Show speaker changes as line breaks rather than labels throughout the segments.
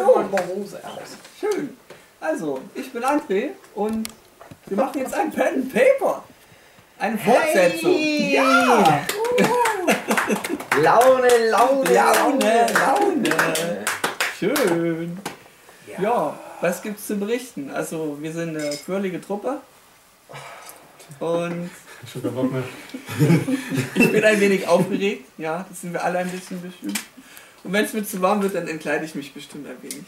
Hose aus.
Schön. Also, ich bin André und wir machen jetzt ein Pen and Paper. Eine Fortsetzung.
Hey!
Ja!
Laune, Laune,
Laune, Laune. Schön. Ja. was gibt's zu berichten? Also, wir sind eine quirlige Truppe. Und
Schon kein Bock mehr.
ich bin ein wenig aufgeregt. Ja, das sind wir alle ein bisschen bestimmt. Und wenn es mir zu warm wird, dann entkleide ich mich bestimmt ein wenig.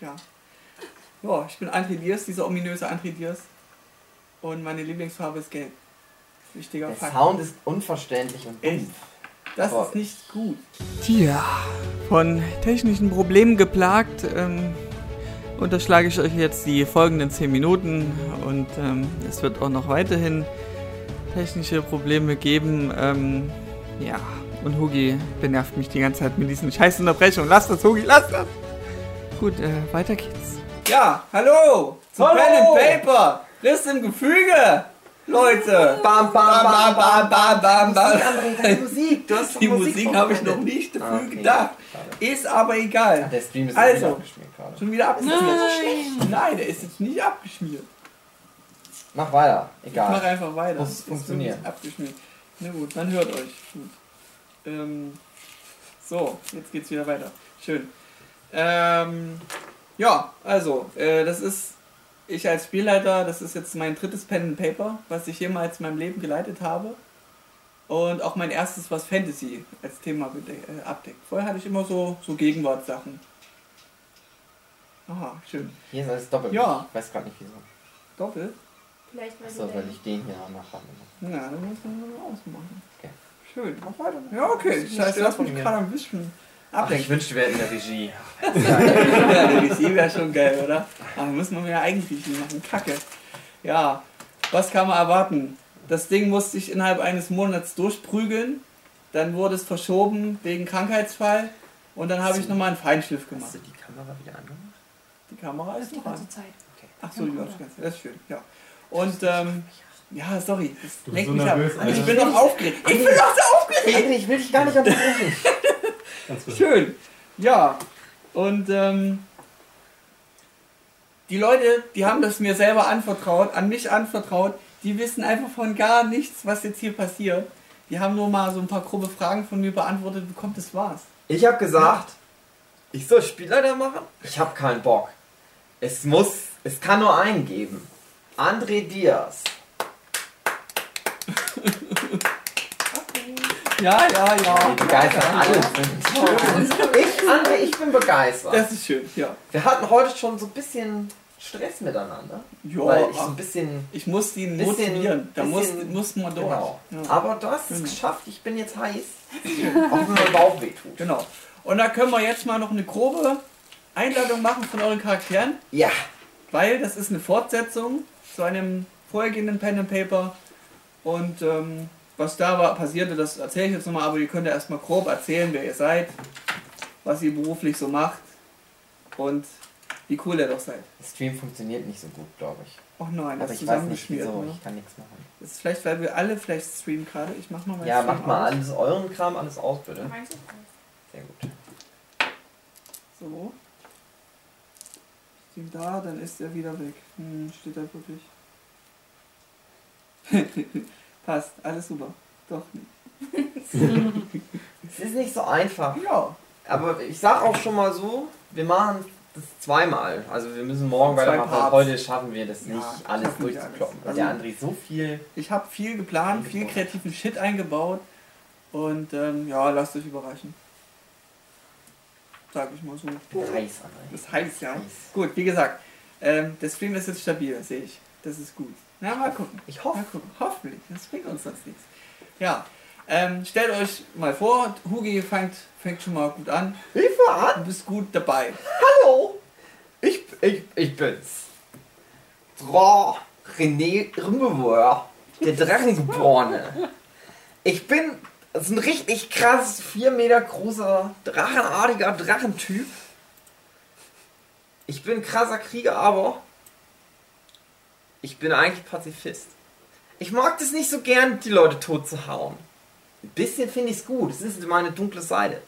Ja. Ja, ich bin André Diers, dieser ominöse André Diers. Und meine Lieblingsfarbe ist gelb. Wichtiger
Der
Fakt.
Sound ist unverständlich und dumpf.
Echt? Das
Boah.
ist nicht gut. Tja, von technischen Problemen geplagt, ähm, unterschlage ich euch jetzt die folgenden 10 Minuten und ähm, es wird auch noch weiterhin technische Probleme geben. Ähm, ja, und Hugi benervt mich die ganze Zeit mit diesen scheiß Unterbrechungen. Lass das, Hugi, lass das! Gut, äh, weiter geht's. Ja, hallo! Zu
Hallo!
Pen and Paper! Riss im Gefüge! Leute!
Bam, bam,
bam,
bam,
bam, bam, bam, bam.
André, deine Musik. Du hast doch
Die Musik habe ich noch
vorbereitet.
nicht dafür
Ah, okay.
gedacht. Ist aber egal.
Der Stream ist
Also.
wieder abgeschmiert gerade.
Schon wieder abgeschmiert. Nein, der ist jetzt nicht abgeschmiert.
Mach weiter.
Ich mach
Egal.
einfach weiter.
Muss
Ist
funktionieren.
wirklich Abgeschmiert. Na gut, dann hört euch. Gut. Ähm, so, jetzt geht's wieder weiter. Schön. Ähm, ja, also, äh, das ist ich als Spielleiter, das ist jetzt mein drittes Pen and Paper, was ich jemals in meinem Leben geleitet habe. Und auch mein erstes, was Fantasy als Thema bede- äh, abdeckt. Vorher hatte ich immer so, so Gegenwartssachen. Aha, schön.
Hier ist alles doppelt.
Ja.
Ich weiß gerade nicht wieso.
Doppelt.
Vielleicht mal
Achso, weil ich den hier auch noch habe.
Ja, dann muss man mal ausmachen.
Okay.
Schön.
Mach weiter.
Ja, okay.
Das ist
Scheiße,
nicht
lass mich
von mir.
gerade ein bisschen
Ach, ich
ablenken.
wünschte, wir hätten eine Regie.
ja, der DC wäre schon geil, oder? Aber Ah, wir müssen wir ja eigentlich machen. Kacke. Ja, was kann man erwarten? Das Ding musste ich innerhalb eines Monats durchprügeln. Dann wurde es verschoben wegen Krankheitsfall. Und dann habe ich nochmal einen Feinschliff
Hast
gemacht.
du die Kamera wieder angemacht?
Die Kamera ist noch an.
Zeit.
Ach so, die läuft die ganze Zeit. Das ist schön, ja. Und, ähm, ja, sorry. Das
bist
lenkt
so
mich ab.
nervös,
Ich
Alter.
bin noch aufgeregt. Ich bin noch so aufgeregt.
Ey, ich will dich gar nicht unterbrechen.
Ganz gut.
Schön. Ja. Und ähm, die Leute, die haben das mir selber anvertraut, an mich anvertraut, die wissen einfach von gar nichts, was jetzt hier passiert. Die haben nur mal so ein paar grobe Fragen von mir beantwortet bekommen, das war's.
Ich habe gesagt, ich soll Spielleiter machen? Ich habe keinen Bock. Es muss, es kann nur einen geben. André Diaz.
Ja, ja, ja.
Die begeistert alle sind. Ich, André, ich bin begeistert.
Das ist schön, ja.
Wir hatten heute schon so ein bisschen Stress miteinander.
Ja,
weil ich so
ach.
ein bisschen...
Ich muss die
Bisschen-
motivieren. Da muss,
bisschen-
muss man durch.
Genau.
Ja.
Aber du hast es
Genau.
geschafft. Ich bin jetzt heiß. Auch wenn mein Bauch wehtut.
Genau. Und da können wir jetzt mal noch eine grobe Einladung machen von euren Charakteren.
Ja.
weil das ist eine Fortsetzung zu einem vorhergehenden Pen and Paper. Und ähm, was da war, passierte, das erzähle ich jetzt nochmal, aber ihr könnt ja erstmal grob erzählen, wer ihr seid, was ihr beruflich so macht und wie cool ihr doch seid.
Der Stream funktioniert nicht so gut, glaube ich.
Och nein, das
Aber
ist
ich weiß nicht
zusammengeschmiert.
wieso.
Ne?
Ich kann nichts machen.
Das ist vielleicht, weil wir alle vielleicht streamen gerade. Ich mach mal meinen
Ja,
Stream
macht mal
aus.
alles euren Kram, alles aus, bitte.
Meinst du?
Sehr gut.
So. Steht da, dann ist er wieder weg. Hm, steht da wirklich. Passt, alles super. Doch nicht.
Es ist nicht so einfach.
Ja.
Aber ich sag auch schon mal so, wir machen das zweimal. Also wir müssen morgen
Zwei
weitermachen. weil
Parts.
Heute schaffen wir das
Ja,
nicht, alles
schaffen wir nicht
durchzukloppen. Weil
alles.
der
Also-
André so viel.
Ich habe viel geplant, viel kreativen Shit eingebaut und ähm, ja, lasst euch überraschen. Sag ich mal so.
Ich bin heiß, André.
Das heißt Oh. ja.
Heiß.
Gut, wie gesagt, ähm, der Stream ist jetzt stabil, sehe ich. Das ist gut. Na, mal gucken.
Ich
Mal
hoffe.
gucken. Hoffentlich, das bringt uns sonst nichts. Ja, ähm, stellt euch mal vor, Hugi fängt, fängt schon mal gut an.
Hilfe,
Du
an!
bist gut dabei.
Hallo! Ich, ich, ich bin's. Boah, René Rimbeweur, der Drachengeborene. Ich bin das ist ein richtig krass, vier Meter großer, drachenartiger Drachentyp. Ich bin ein krasser Krieger, aber ich bin eigentlich Pazifist. Ich mag das nicht so gern, die Leute tot zu hauen. Ein bisschen finde ich es gut. Es ist meine dunkle Seite.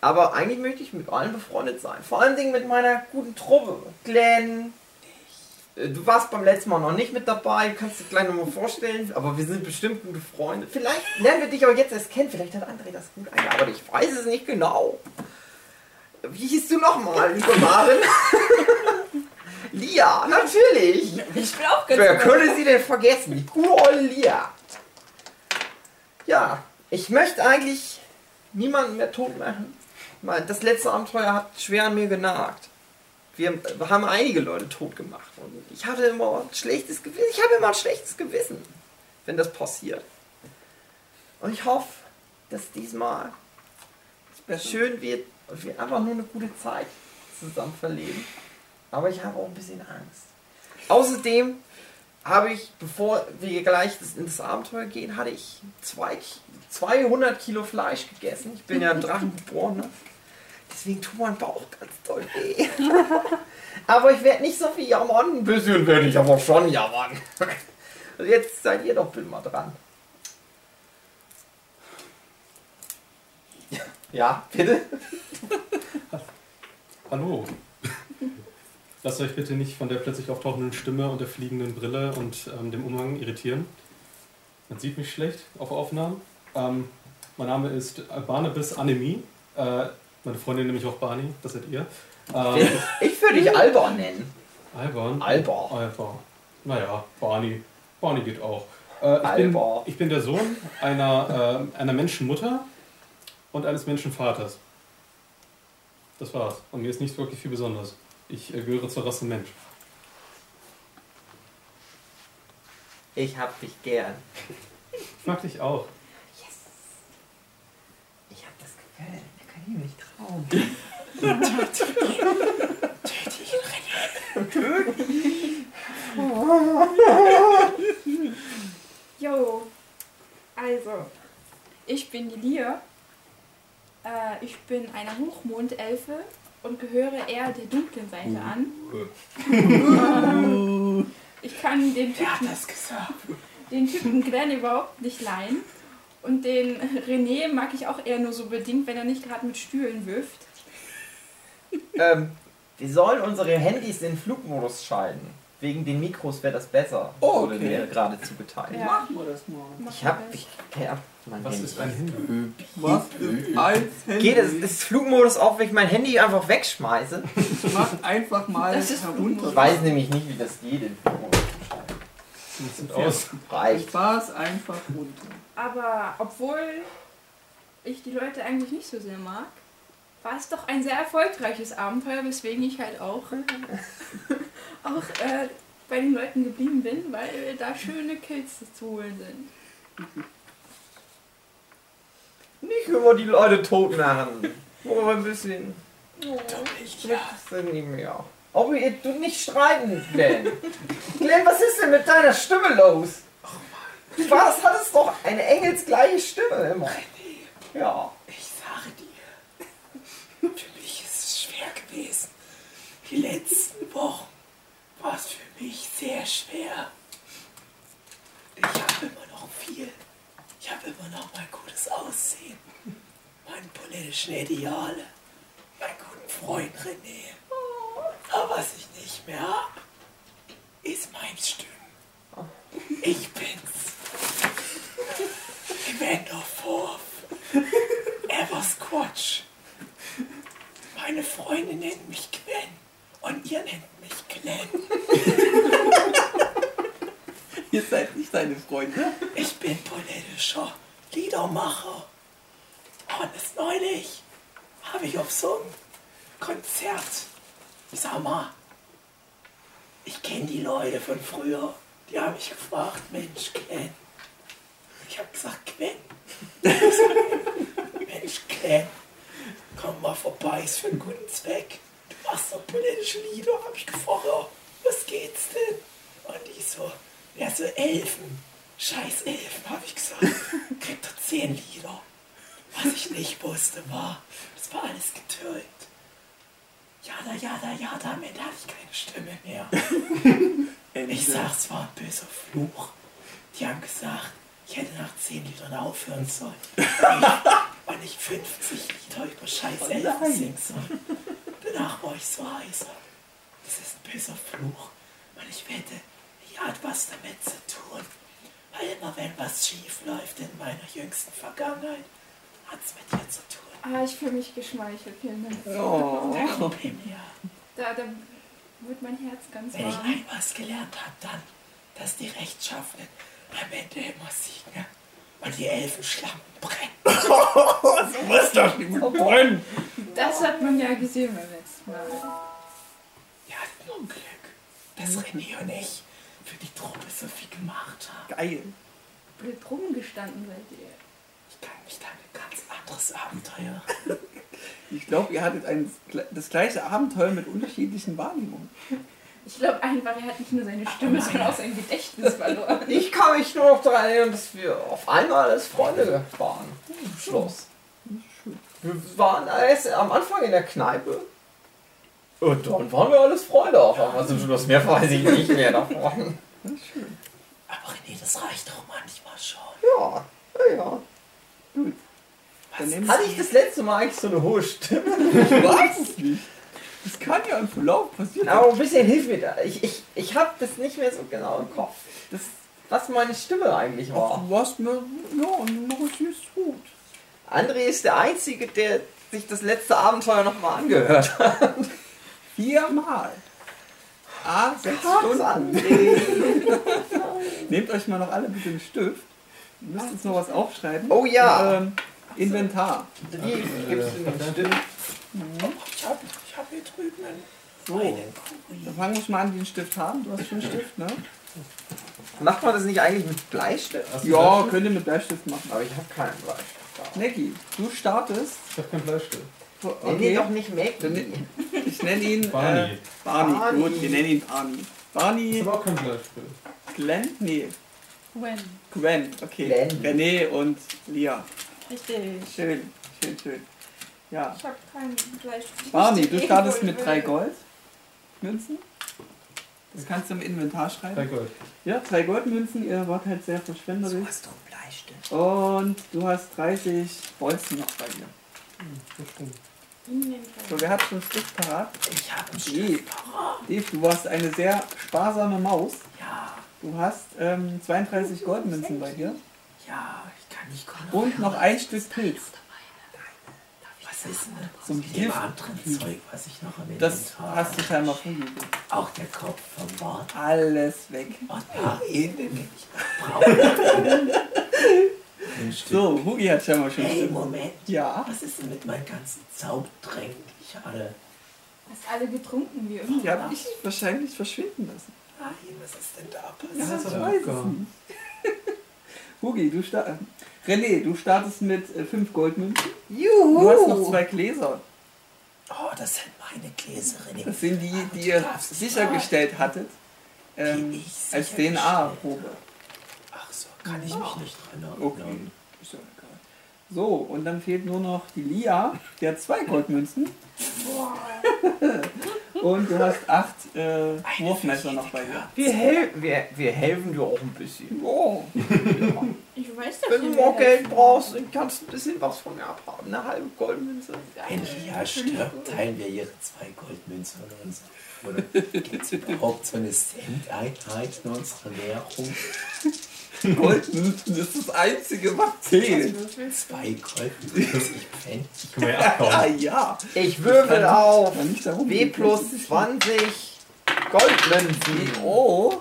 Aber eigentlich möchte ich mit allen befreundet sein. Vor allen Dingen mit meiner guten Truppe. Glenn. äh, Du warst beim letzten Mal noch nicht mit dabei, du kannst dir gleich nochmal vorstellen, aber wir sind bestimmt gute Freunde. Vielleicht lernen wir dich auch jetzt erst kennen, vielleicht hat André das gut eingearbeitet, ich weiß es nicht genau. Wie hieß du nochmal, liebe Maren? Lia, natürlich!
Ich bin auch ganz
Wer
gut.
könnte sie denn vergessen? Die gute olle Lia. Ja, ich möchte eigentlich niemanden mehr tot machen. Mein- Das letzte Abenteuer hat schwer an mir genagt. Wir haben einige Leute tot gemacht. Und ich hatte immer ein schlechtes Gewissen. Ich habe immer ein schlechtes Gewissen, wenn das passiert. Und ich hoffe, dass diesmal es schön wird und wir einfach nur eine gute Zeit zusammen verleben. Aber ich habe auch ein bisschen Angst. Außerdem habe ich, bevor wir gleich das- in das Abenteuer gehen, hatte ich zwei, 200 Kilo Fleisch gegessen. Ich bin ja ein Drachengeborener. Deswegen tut mein Bauch ganz doll weh. aber ich werde nicht so viel jammern. Ein bisschen werde ich aber schon jammern. Und jetzt seid ihr doch bitte mal dran. Ja, bitte?
Hallo. Lasst euch bitte nicht von der plötzlich auftauchenden Stimme und der fliegenden Brille und ähm, dem Umhang irritieren. Man sieht mich schlecht auf Aufnahmen. Ähm, mein Name ist äh, Barnabas Annemie. Äh, meine Freundin nenne mich auch Barney, das seid ihr. Ähm,
Ich würde dich Alba nennen.
Alban.
Alba.
Alba. Naja, Barney. Barney geht auch. Äh, ich,
Alba.
Bin, ich bin der Sohn einer, äh, einer Menschenmutter und eines Menschenvaters. Das war's. Und mir ist nicht wirklich viel Besonderes. Ich äh, gehöre zur Rasse Mensch.
Ich hab dich gern.
Ich mag dich auch.
Ich hab das Gefühl, da kann ich mich trauen.
Jo. Also, ich bin die Lia. Äh, ich bin eine Hochmondelfe und gehöre eher der dunklen Seite an. ich kann den Typen, den Typen Glenn überhaupt nicht leihen. Und den René mag ich auch eher nur so bedingt, wenn er nicht gerade mit Stühlen wirft.
Ähm, wir sollen unsere Handys in Flugmodus schalten. Wegen den Mikros wäre das besser.
Oh,
Wurde
okay.
mir gerade zugeteilt.
Ja.
Machen wir das mal.
Ich hab dich ja, mein
Was
Handy.
ist ein Himmel?
Was ist als Handy?
Geht es ist Flugmodus auf, wenn ich mein Handy einfach wegschmeiße?
Macht einfach mal
Das ist
herunter.
Ich weiß nämlich nicht, wie das geht in Flugmodus.
Das sieht aus.
Reicht.
Spaß einfach runter.
Aber obwohl ich die Leute eigentlich nicht so sehr mag, war es doch ein sehr erfolgreiches Abenteuer, weswegen ich halt auch, auch äh, bei den Leuten geblieben bin, weil da schöne Kills zu holen sind.
Nicht über die Leute tot machen. Nur ein bisschen. Das nicht mehr. Aber ihr du nicht streiten, Glenn. Glenn, was ist denn mit deiner Stimme los? Du warst, hattest doch eine engelsgleiche Stimme immer. Ja.
Ich sage dir, für mich ist es schwer gewesen. Die letzten Wochen war es für mich sehr schwer. Ich habe immer noch viel. Ich habe immer noch mein gutes Aussehen, meine politischen Ideale, meinen guten Freund René. Aber was ich nicht mehr habe, ist mein Stimmen. Ich bin's. Evander Forth. Er war Squatch. Meine Freundin nennt mich Gwen und ihr nennt mich Glenn.
Ihr seid nicht seine Freunde.
Ich bin politischer Liedermacher. Und erst neulich habe ich auf so einem Konzert, ich sag mal, ich kenne die Leute von früher, die haben mich gefragt, Mensch, Glenn. Ich habe gesagt, Glenn. Mensch, Glenn, komm mal vorbei, ist für einen guten Zweck. Du machst so politische Lieder, hab ich gefragt, oh, was geht's denn? Und die so, ja, so Elfen. Scheiß Elfen, hab ich gesagt. Kriegt er zehn Lieder. Was ich nicht wusste, war, das war alles getötet. Jada, jada, jada, am Ende hatte ich keine Stimme mehr. Ich sag, es war ein böser Fluch. Die haben gesagt, ich hätte nach zehn Liedern aufhören sollen. Und ich- und nicht 50 Liter über scheiß Elfen singen soll. Danach war ich so heiß. Das ist ein böser Fluch. Und ich wette, ich hat was damit zu tun. Weil immer wenn was schief läuft in meiner jüngsten Vergangenheit, hat's mit dir zu tun.
Ah, ich fühle mich geschmeichelt. Vielen Dank.
Danke, Pimia.
Da, da wird mein Herz ganz
Wenn ich
warm.
einmal was gelernt habe, dann, dass die Rechtschaffenen am Ende immer siegen und die Elfenschlammen brennen.
Du musst doch nicht mit Bäumen.
Das hat man ja gesehen beim letzten Mal.
Wir hatten Unglück, dass René und ich für die Truppe so viel gemacht haben.
Geil.
Blöd rumgestanden seid ihr.
Ich kann mich da an ein ganz anderes Abenteuer.
Ich glaube, ihr hattet ein, das gleiche Abenteuer mit unterschiedlichen Wahrnehmungen.
Ich glaube einfach, er hat nicht nur seine Stimme, sondern auch sein Gedächtnis verloren.
Ich kann mich nur noch daran erinnern, dass wir auf einmal als Freunde waren. Im Schloss. Wir waren erst am Anfang in der Kneipe. Und dann waren wir alles Freunde auf einmal zum Schluss. Mehr weiß ich nicht mehr ne? davon.
Aber René, das reicht doch manchmal schon.
Ja, ja, ja.
Dann nehmen
Hatte ich das letzte Mal eigentlich so eine hohe Stimme?
Ich weiß es nicht. Das kann ja im Verlauf passieren.
Genau.
Aber ein bisschen hilf mir da. Ich, ich, ich hab das nicht mehr so genau im Kopf.
Das,
Was meine Stimme eigentlich war.
Du warst mir, ja, und noch ist es gut.
André ist der Einzige, der sich das letzte Abenteuer nochmal angehört hat.
Viermal. Ah, sechs Stunden.
André.
Nehmt euch mal noch alle bitte einen Stift. Ihr müsst jetzt noch was aufschreiben.
Oh ja.
Ähm, Inventar.
Wie gibst du mir Stimmen?
Ich hab, ich hab hier drüben einen
So.
einen
Dann
Kugel.
fangen wir schon mal an, die einen Stift haben. Du hast schon einen Stift, ne?
Macht man das nicht eigentlich mit Bleistift?
Hast du
Ja,
Bleistift?
könnt ihr mit Bleistift machen.
Aber ich habe keinen Bleistift. da.
Necki, du startest.
Ich hab kein Bleistift.
Nenn ihn doch nicht Maggie.
Ich nenne ihn
Barney.
Barney. Äh, Barney.
Barney.
Gut, wir nennen ihn Barney.
Ich
Barney,
hab auch kein Bleistift.
Glenn? Nee,
Gwen.
Gwen. Okay.
Glenn.
René und Lia.
Richtig.
Schön, schön, schön. Ja.
Ich habe keinen Bleistift.
Barney, du startest mit drei Goldmünzen. Das kannst du im Inventar
Drei
schreiben.
Gold.
Ja, drei Goldmünzen, ihr wart halt sehr verschwenderisch.
hast doch Bleistift.
Und du hast 30 Bolzen noch bei dir. So, wer hat schon einen Stift parat?
Ich hab einen Stift.
Dave. Dave, du warst eine sehr sparsame Maus.
Ja, Oh,
Du hast ähm, 32 Goldmünzen bei dir.
ja, ich kann nicht kommen.
Und noch ein Stück Pilz.
Was ist denn
So ein
mit dem
Gift.
anderen Zeug, was ich noch im
Das
Inventar
hast du scheinbar rumgegeben.
Auch der Kopf vom Wort.
Alles weg.
Und paar Enden. Ich brauche
So, Hugi hat scheinbar schon einen
Hey,
Stift.
Moment.
Ja.
Was ist denn mit meinen ganzen Zaubertränken, die ich hatte?
Hast alle getrunken wie immer.
Die hab ich wahrscheinlich verschwinden lassen.
Nein, was ist denn da
Ja,
passiert?
ich
aber
weiß es
lecker.
nicht. Hugi, du startest. René, du startest mit äh, fünf Goldmünzen.
Juhu!
Du hast noch zwei Gläser.
Oh, das sind meine Gläser, René.
Das sind die, die ihr sichergestellt hattet.
Die
Ähm,
ich
als
sichergestellt
DNA-Probe.
Ach so, kann ich mich nicht dran
Okay.
erinnern.
Ist ja egal. So, und dann fehlt nur noch die Lia, die hat zwei Goldmünzen. und du hast acht äh, Wurfmesser noch bei dir.
Wir, hel wir, wir helfen dir auch ein bisschen.
Oh,
Ich weiß das
Wenn du
mehr
more Geld brauchst, dann kannst du ein bisschen was von mir abhaben. Eine halbe Goldmünze.
Wenn Lia stirbt, teilen wir ihre zwei Goldmünzen von uns. Oder gibt es überhaupt so eine Cent-Einheit in unserer Währung?
Goldmünzen ist das einzige, was zählt.
Zwei Goldmünzen, ich fände
Können wir ja
Ah
abbauen.
ja,
Ich würfel auf
man nicht darum.
W plus 20 Goldmünzen.
Oh,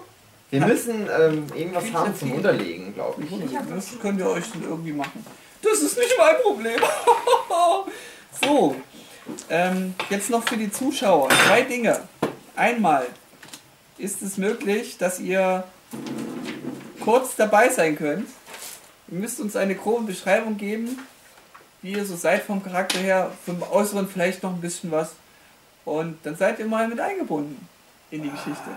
Wir müssen ähm, irgendwas haben zum Unterlegen, glaube ich.
das könnt ihr euch dann irgendwie machen. Das ist nicht mein Problem. so, ähm, jetzt noch für die Zuschauer. Zwei Dinge. Einmal ist es möglich, dass ihr kurz dabei sein könnt. Ihr müsst uns eine grobe Beschreibung geben, wie ihr so seid vom Charakter her, vom Äußeren vielleicht noch ein bisschen was. Und dann seid ihr mal mit eingebunden in die Geschichte.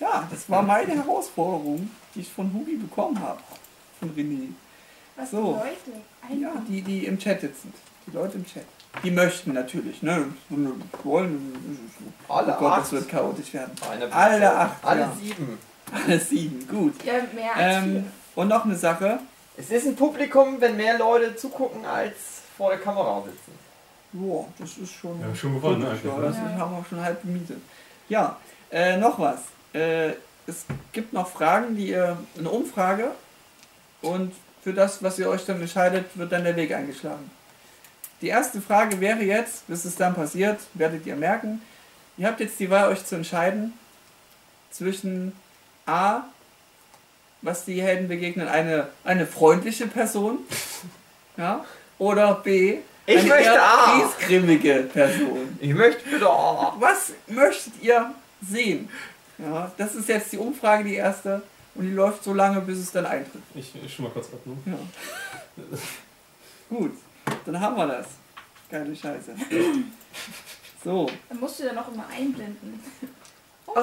Ja, das war meine Herausforderung, die ich von Hugi bekommen habe. Von René.
Was
So.
so. Leute?
Ja, die, die im Chat jetzt sind. Die Leute im Chat. Die möchten natürlich, ne? Wollen.
Alle
oh Gott, das
acht.
wird chaotisch werden.
Eine Person.
Alle acht,
Alle
ja.
sieben.
Alle sieben, gut.
Ja, mehr als
Ähm, und noch eine Sache.
Es ist ein Publikum, wenn mehr Leute zugucken als vor der Kamera sitzen.
Boah, das ist schon.
Ja, schon gewonnen
gut,
eigentlich,
Ja,
ne?
das
Ja.
haben wir schon halb gemietet. Ja, äh, noch was. Äh, es gibt noch Fragen, die ihr. Eine Umfrage. Und für das, was ihr euch dann entscheidet, wird dann der Weg eingeschlagen. Die erste Frage wäre jetzt, bis es dann passiert, werdet ihr merken, ihr habt jetzt die Wahl, euch zu entscheiden zwischen A, was die Helden begegnen, eine, eine freundliche Person, ja, oder B,
Ich
eine
möchte
eher
A.
griesgrimmige Person.
Ich möchte bitte. Oh.
Was möchtet ihr sehen? Ja, das ist jetzt die Umfrage, die erste, und die läuft so lange, bis es dann eintritt.
Ich, ich schon mal kurz ab, ne?
Ja. Gut, dann haben wir das. Geile Scheiße. So,
Dann musst du ja noch immer einblenden.
Ah.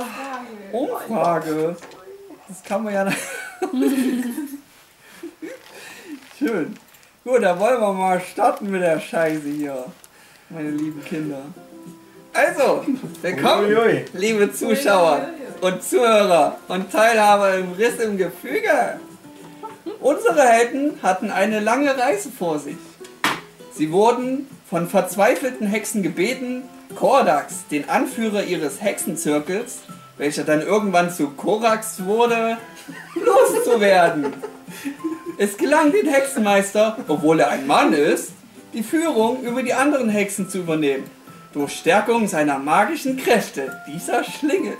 Oh, Umfrage.
Umfrage. Das kann man ja. Schön. Gut, dann wollen wir mal starten mit der Scheiße hier, meine lieben Kinder. Also, willkommen,
Uiuiui.
liebe Zuschauer und Zuhörer und Teilhaber im Riss im Gefüge. Unsere Helden hatten eine lange Reise vor sich. Sie wurden von verzweifelten Hexen gebeten, Kordax, den Anführer ihres Hexenzirkels, welcher dann irgendwann zu Korax wurde, loszuwerden. Es gelang den Hexenmeister, obwohl er ein Mann ist, die Führung über die anderen Hexen zu übernehmen, durch Stärkung seiner magischen Kräfte, dieser Schlinge.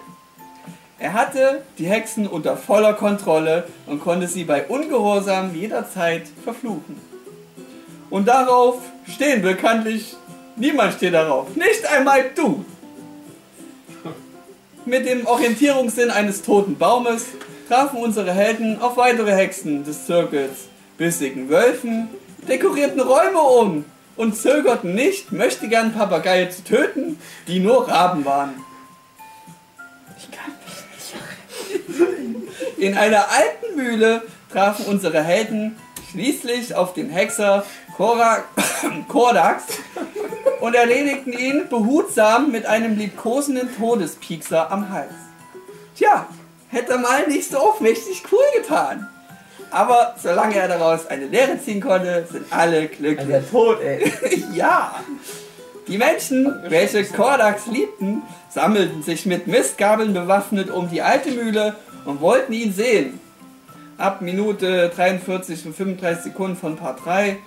Er hatte die Hexen unter voller Kontrolle und konnte sie bei Ungehorsam jederzeit verfluchen. Und darauf stehen bekanntlich niemand steht darauf. Nicht einmal du. Mit dem Orientierungssinn eines toten Baumes trafen unsere Helden auf weitere Hexen des Zirkels, bissigen Wölfen, dekorierten Räume um und zögerten nicht, möchte gern Papageie zu töten, die nur Raben waren. In einer alten Mühle trafen unsere Helden schließlich auf den Hexer Korak Kordax und erledigten ihn behutsam mit einem liebkosenden Todespiekser am Hals. Tja, hätte mal nicht so aufmächtig cool getan. Aber solange er daraus eine Lehre ziehen konnte, sind alle glücklich.
Also Der Tod, ey.
Ja! Die Menschen, welche Kordax liebten, sammelten sich mit Mistgabeln bewaffnet um die alte Mühle und wollten ihn sehen. Ab Minute 43 und 35 Sekunden von Part 3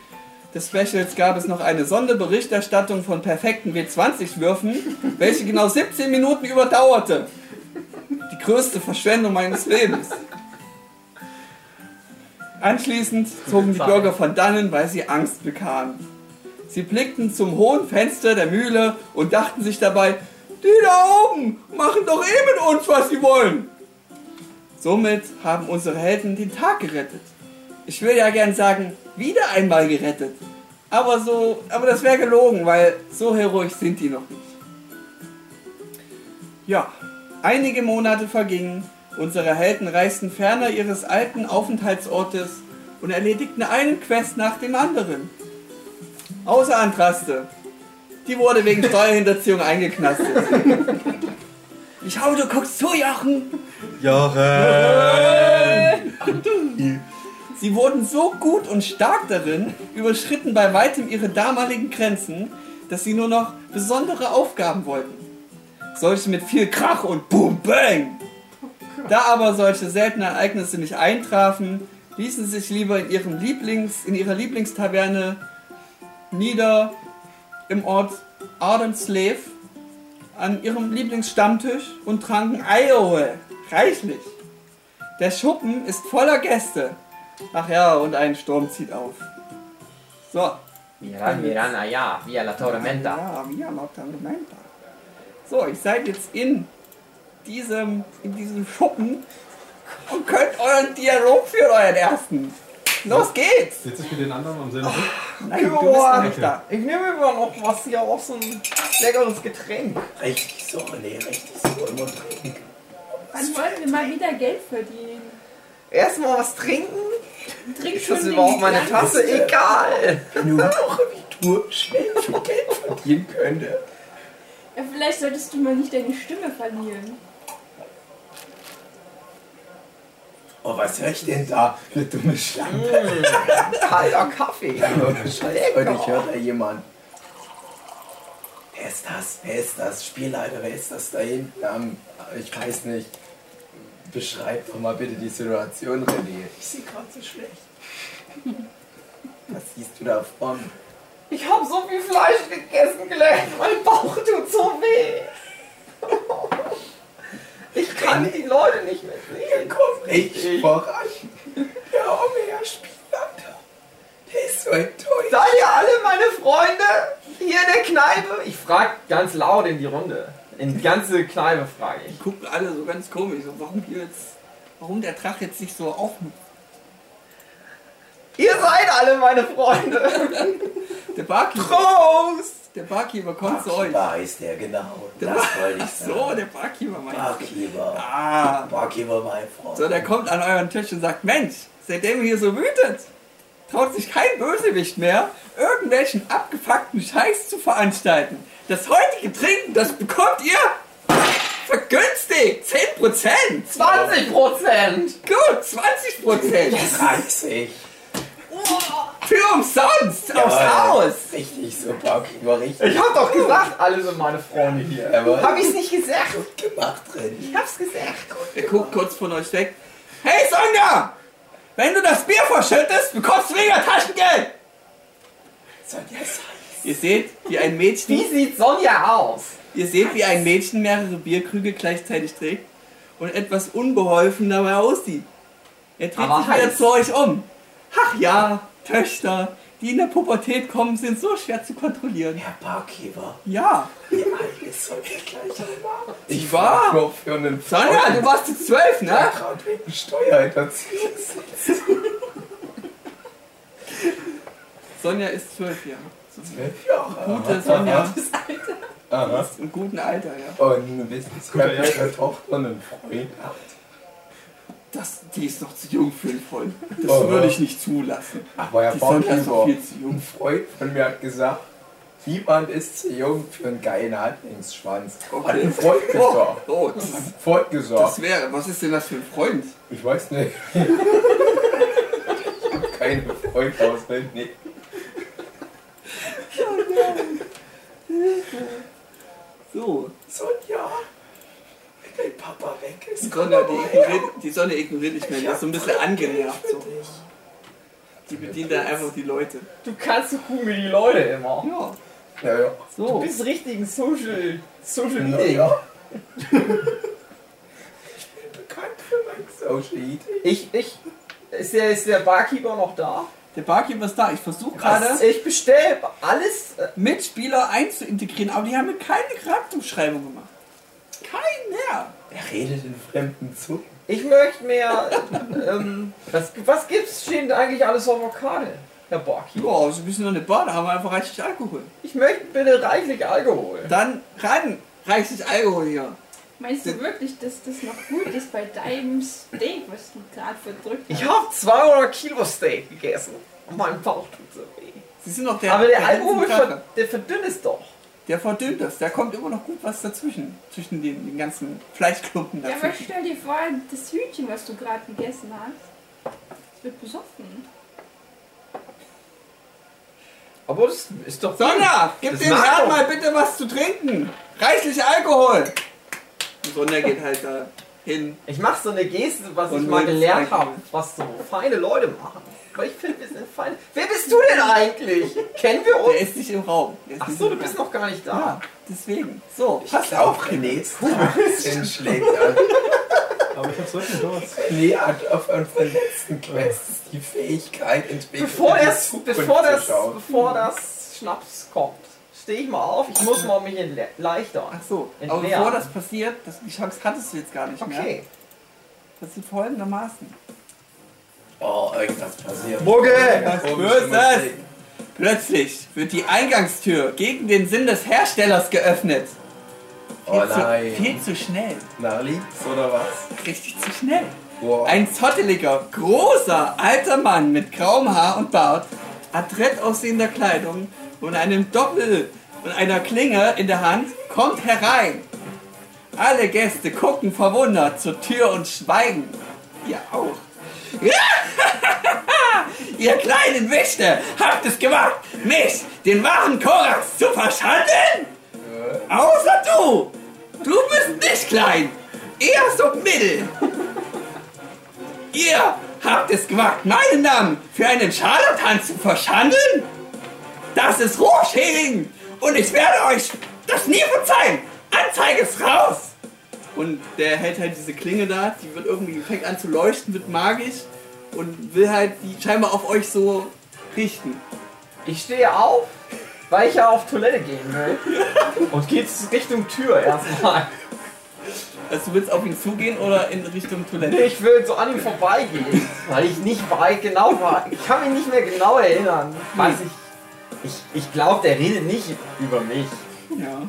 des Specials gab es noch eine Sonderberichterstattung von perfekten W20-Würfen, welche genau 17 Minuten überdauerte. Die größte Verschwendung meines Lebens. Anschließend zogen die Bürger von dannen, weil sie Angst bekamen. Sie blickten zum hohen Fenster der Mühle und dachten sich dabei, die da oben machen doch eh mit uns, was sie wollen. Somit haben unsere Helden den Tag gerettet. Ich will ja gern sagen, wieder einmal gerettet. Aber so, aber das wäre gelogen, weil so heroisch sind die noch nicht. Ja, einige Monate vergingen. Unsere Helden reisten ferner ihres alten Aufenthaltsortes und erledigten einen Quest nach dem anderen. Außer Antraste. Die wurde wegen Steuerhinterziehung eingeknastet. Ich hau, du guckst zu, Jochen. Sie wurden so gut und stark darin, überschritten bei weitem ihre damaligen Grenzen, dass sie nur noch besondere Aufgaben wollten. Solche mit viel Krach und Boom Bang. Da aber solche seltenen Ereignisse nicht eintrafen, ließen sich lieber in, ihrem Lieblings, in ihrer Lieblingstaverne nieder im Ort Ardenslave an ihrem Lieblingsstammtisch und tranken Eierhol. Reichlich. Der Schuppen ist voller Gäste. Ach ja, und ein Sturm zieht auf. So.
Miran, Miran, ah ja, via la tormenta.
Ja, via la Tormenta. So, ich seid jetzt in diesem, in diesem Schuppen und könnt euren Dialog führen, euren ersten. Los geht's!
Sitze ich mit den anderen am selben Tisch?
Nein, du bist noch nicht da.
Ich nehme immer noch was hier auch so ein leckeres Getränk.
Richtig so, nee, richtig so im Mund trinken.
Wann wollen wir mal wieder Geld verdienen?
Erstmal was trinken?
Trink
Ist
schon
das
den
überhaupt meine
Glanz.
Tasse? Egal.
Nur noch wie du schnell viel Geld verdienen könnte.
Ja, vielleicht solltest du mal nicht deine Stimme verlieren.
Oh, was höre ich denn da? Eine dumme Schlange.
Kalter Kaffee.
Mm.
Scheiße, und ich höre da jemand. Wer ist das? Wer ist das? Spielleiter, wer ist das da hinten? am- ich weiß nicht. Beschreib doch mal bitte die Situation, René. Ich sehe gerade so schlecht. Was siehst du da vorne?
Ich habe so viel Fleisch gegessen, Glenn. Mein Bauch tut so weh. Ich kann die Leute nicht mehr sehen.
Komm richtig voran. Der Omega Spielleiter. Der ist so enttäuscht.
Seid ihr alle meine Freunde hier in der Kneipe? Ich frage ganz laut in die Runde. In die ganze Kneipe frage ich.
Die gucken alle so ganz komisch. So, warum hier jetzt. Warum der Drache jetzt nicht so aufmuckt?
Ihr seid alle meine Freunde.
Der Barkeeper,
Prost!
der Barkeeper kommt zu euch.
Barkeeper ist der, genau.
Der
Das wollte ich
So,
sagen.
der Barkeeper meint.
Barkeeper.
Ah.
Barkeeper, mein Freund.
So, der kommt an euren Tisch und sagt, Mensch, seitdem ihr hier so wütet, traut sich kein Bösewicht mehr, irgendwelchen abgefuckten Scheiß zu veranstalten. Das heutige Trinken, das bekommt ihr vergünstigt. 10%.
20 Prozent!
Gut, 20 Prozent.
30.
Für umsonst aufs
Jawohl.
Haus.
Richtig so, Barkeeper, richtig
Ich hab doch gesagt, alle sind meine Freunde hier.
Jawohl.
Hab ich's nicht gesagt?
gemacht, René.
Ich hab's gesagt.
Er guckt kurz von euch weg. Hey Sonja, wenn du das Bier verschüttest, bekommst du weniger Taschengeld.
Sonja, sei
Ihr seht, wie ein Mädchen
Wie sieht Sonja aus?
Ihr seht, wie ein Mädchen mehrere Bierkrüge gleichzeitig trägt und etwas unbeholfen dabei aussieht. Er dreht
Aber
sich wieder
heiß.
zu euch um. Ach ja, Töchter, die in der Pubertät kommen, sind so schwer zu kontrollieren.
Herr Barkeeper,
Ja,
wie alt ist Sonja gleich einmal?
Ich war-
frag nur für einen
Sonja, du warst jetzt zwölf, ne?
Grad wegen Steuerhinterziehung.
Sonja ist zwölf Jahre.
Zwölf Jahre.
Gute Sonja.
Aha.
Im guten Alter, ja.
Und wissen Sie,
Guter
wer eine Tochter und einen Freund hat?
Das, die ist noch zu jung für den Freund. Das
Oh,
würde
ja.
ich nicht zulassen.
Aber Herr
Die Sonja ist noch
Barkeeper,
viel zu jung.
ein Freund von mir hat gesagt, niemand ist zu jung für einen geilen Handlingsschwanz. Hat ein Freund
Oh,
gesagt.
oh,
Freund gesagt.
das wäre, was ist denn das für ein Freund?
Ich weiß nicht. ich hab keine Freunde aus René.
So,
Sonja, wenn dein Papa weg
Die
ist,
Sonne, die ignoriert, die Sonne ignoriert nicht mehr, die ist so ein bisschen angenervt. So. Die bedient dann einfach die Leute.
Du kannst so cool wie die Leute immer.
Ja,
Naja.
Du
so.
bist richtig ein Social. Social Media.
naja. Ich bin bekannt für mein Social Eating.
Ich, ich. Ist der, ist der Barkeeper noch da? Also
Der Barkeeper ist da. Ich versuche gerade
Ich bestell alles. äh,
Mitspieler einzuintegrieren, aber die haben mir keine Charakterbeschreibung gemacht. Kein mehr.
Er redet in fremden Zungen.
Ich möchte mehr. ähm, was, was gibt's? Steht eigentlich alles auf der Karte? Herr Barkeeper.
Ja, so ein bisschen noch eine Bar, da haben wir einfach reichlich Alkohol.
Ich möchte bitte reichlich Alkohol.
Dann ran, reichlich Alkohol hier.
Meinst du wirklich, dass das noch gut ist bei deinem Steak, was du gerade verdrückt hast?
Ich habe 200 Kilo Steak gegessen. Und mein Bauch tut so weh.
Sie sind noch der.
Aber der
Hansen
Alkohol,
Drache.
ver, der verdünnt es doch.
Der verdünnt das. Da kommt immer noch gut was dazwischen. Zwischen den, den ganzen Fleischklumpen
Ja, aber
dazwischen.
stell dir vor, das Hühnchen, was du gerade gegessen hast, das wird besoffen.
Aber das ist doch.
Sonja, gib
Das
dem
mag
Herrn
doch.
mal bitte was zu trinken. Reichlich Alkohol. Und Sonja geht halt da hin.
Ich mache so eine Geste, was
Und
ich mal
nur das
gelernt
Alkohol.
habe, was so feine Leute machen. Weil ich finde, wir sind feine. Wer bist du denn eigentlich? Kennen wir
Der
uns?
ist nicht im Raum. Der ist
Ach
nicht
so,
im
du bist
Raum.
noch gar nicht
Ja,
da.
deswegen. So, pass auf.
Auch René's Taschen schlägt an.
Aber ich hab's wirklich dort.
René hat auf unseren letzten Quests die Fähigkeit entwickelt.
Bevor
in die
das,
Zukunft
bevor
zu
das,
schauen.
bevor das Schnaps kommt, stehe ich mal auf. Ich muss mal mich erleichtern.
Ach so,
In
aber
Leer.
bevor das passiert, das, die Chance hattest du jetzt gar nicht mehr.
Okay.
Das sieht folgendermaßen.
Oh, irgendwas passiert.
Muggel!
Was ist das? Plötzlich wird die Eingangstür gegen den Sinn des Herstellers geöffnet.
Oh
zu, viel
nein.
zu schnell.
Na, liegt's oder was?
Richtig zu schnell.
Wow.
Ein zotteliger, großer, alter Mann mit grauem Haar und Bart, adrett aussehender Kleidung und einem Doppel und einer Klinge in der Hand kommt herein. Alle Gäste gucken verwundert zur Tür und schweigen. Ihr auch. Ihr kleinen Wichte habt es gemacht, mich, den wahren Korax, zu verschandeln? Außer du! Du bist nicht klein, eher so mittel. Ihr habt es gemacht, meinen Namen für einen Scharlatan zu verschandeln? Das ist Rohschäding und ich werde euch das nie verzeihen. Anzeige ist raus! Und der hält halt diese Klinge da, die wird irgendwie fängt an zu leuchten, wird magisch und will halt die scheinbar auf euch so richten.
Ich stehe auf, weil ich ja auf Toilette gehen will. Und geht Richtung Tür erstmal.
Also du willst auf ihn zugehen oder in Richtung Toilette?
Ich will so an ihm vorbeigehen, weil ich nicht wei- genau war. Ich kann mich nicht mehr genau erinnern. Weiß ich. Ich, ich glaube, der redet nicht über mich.
Ja.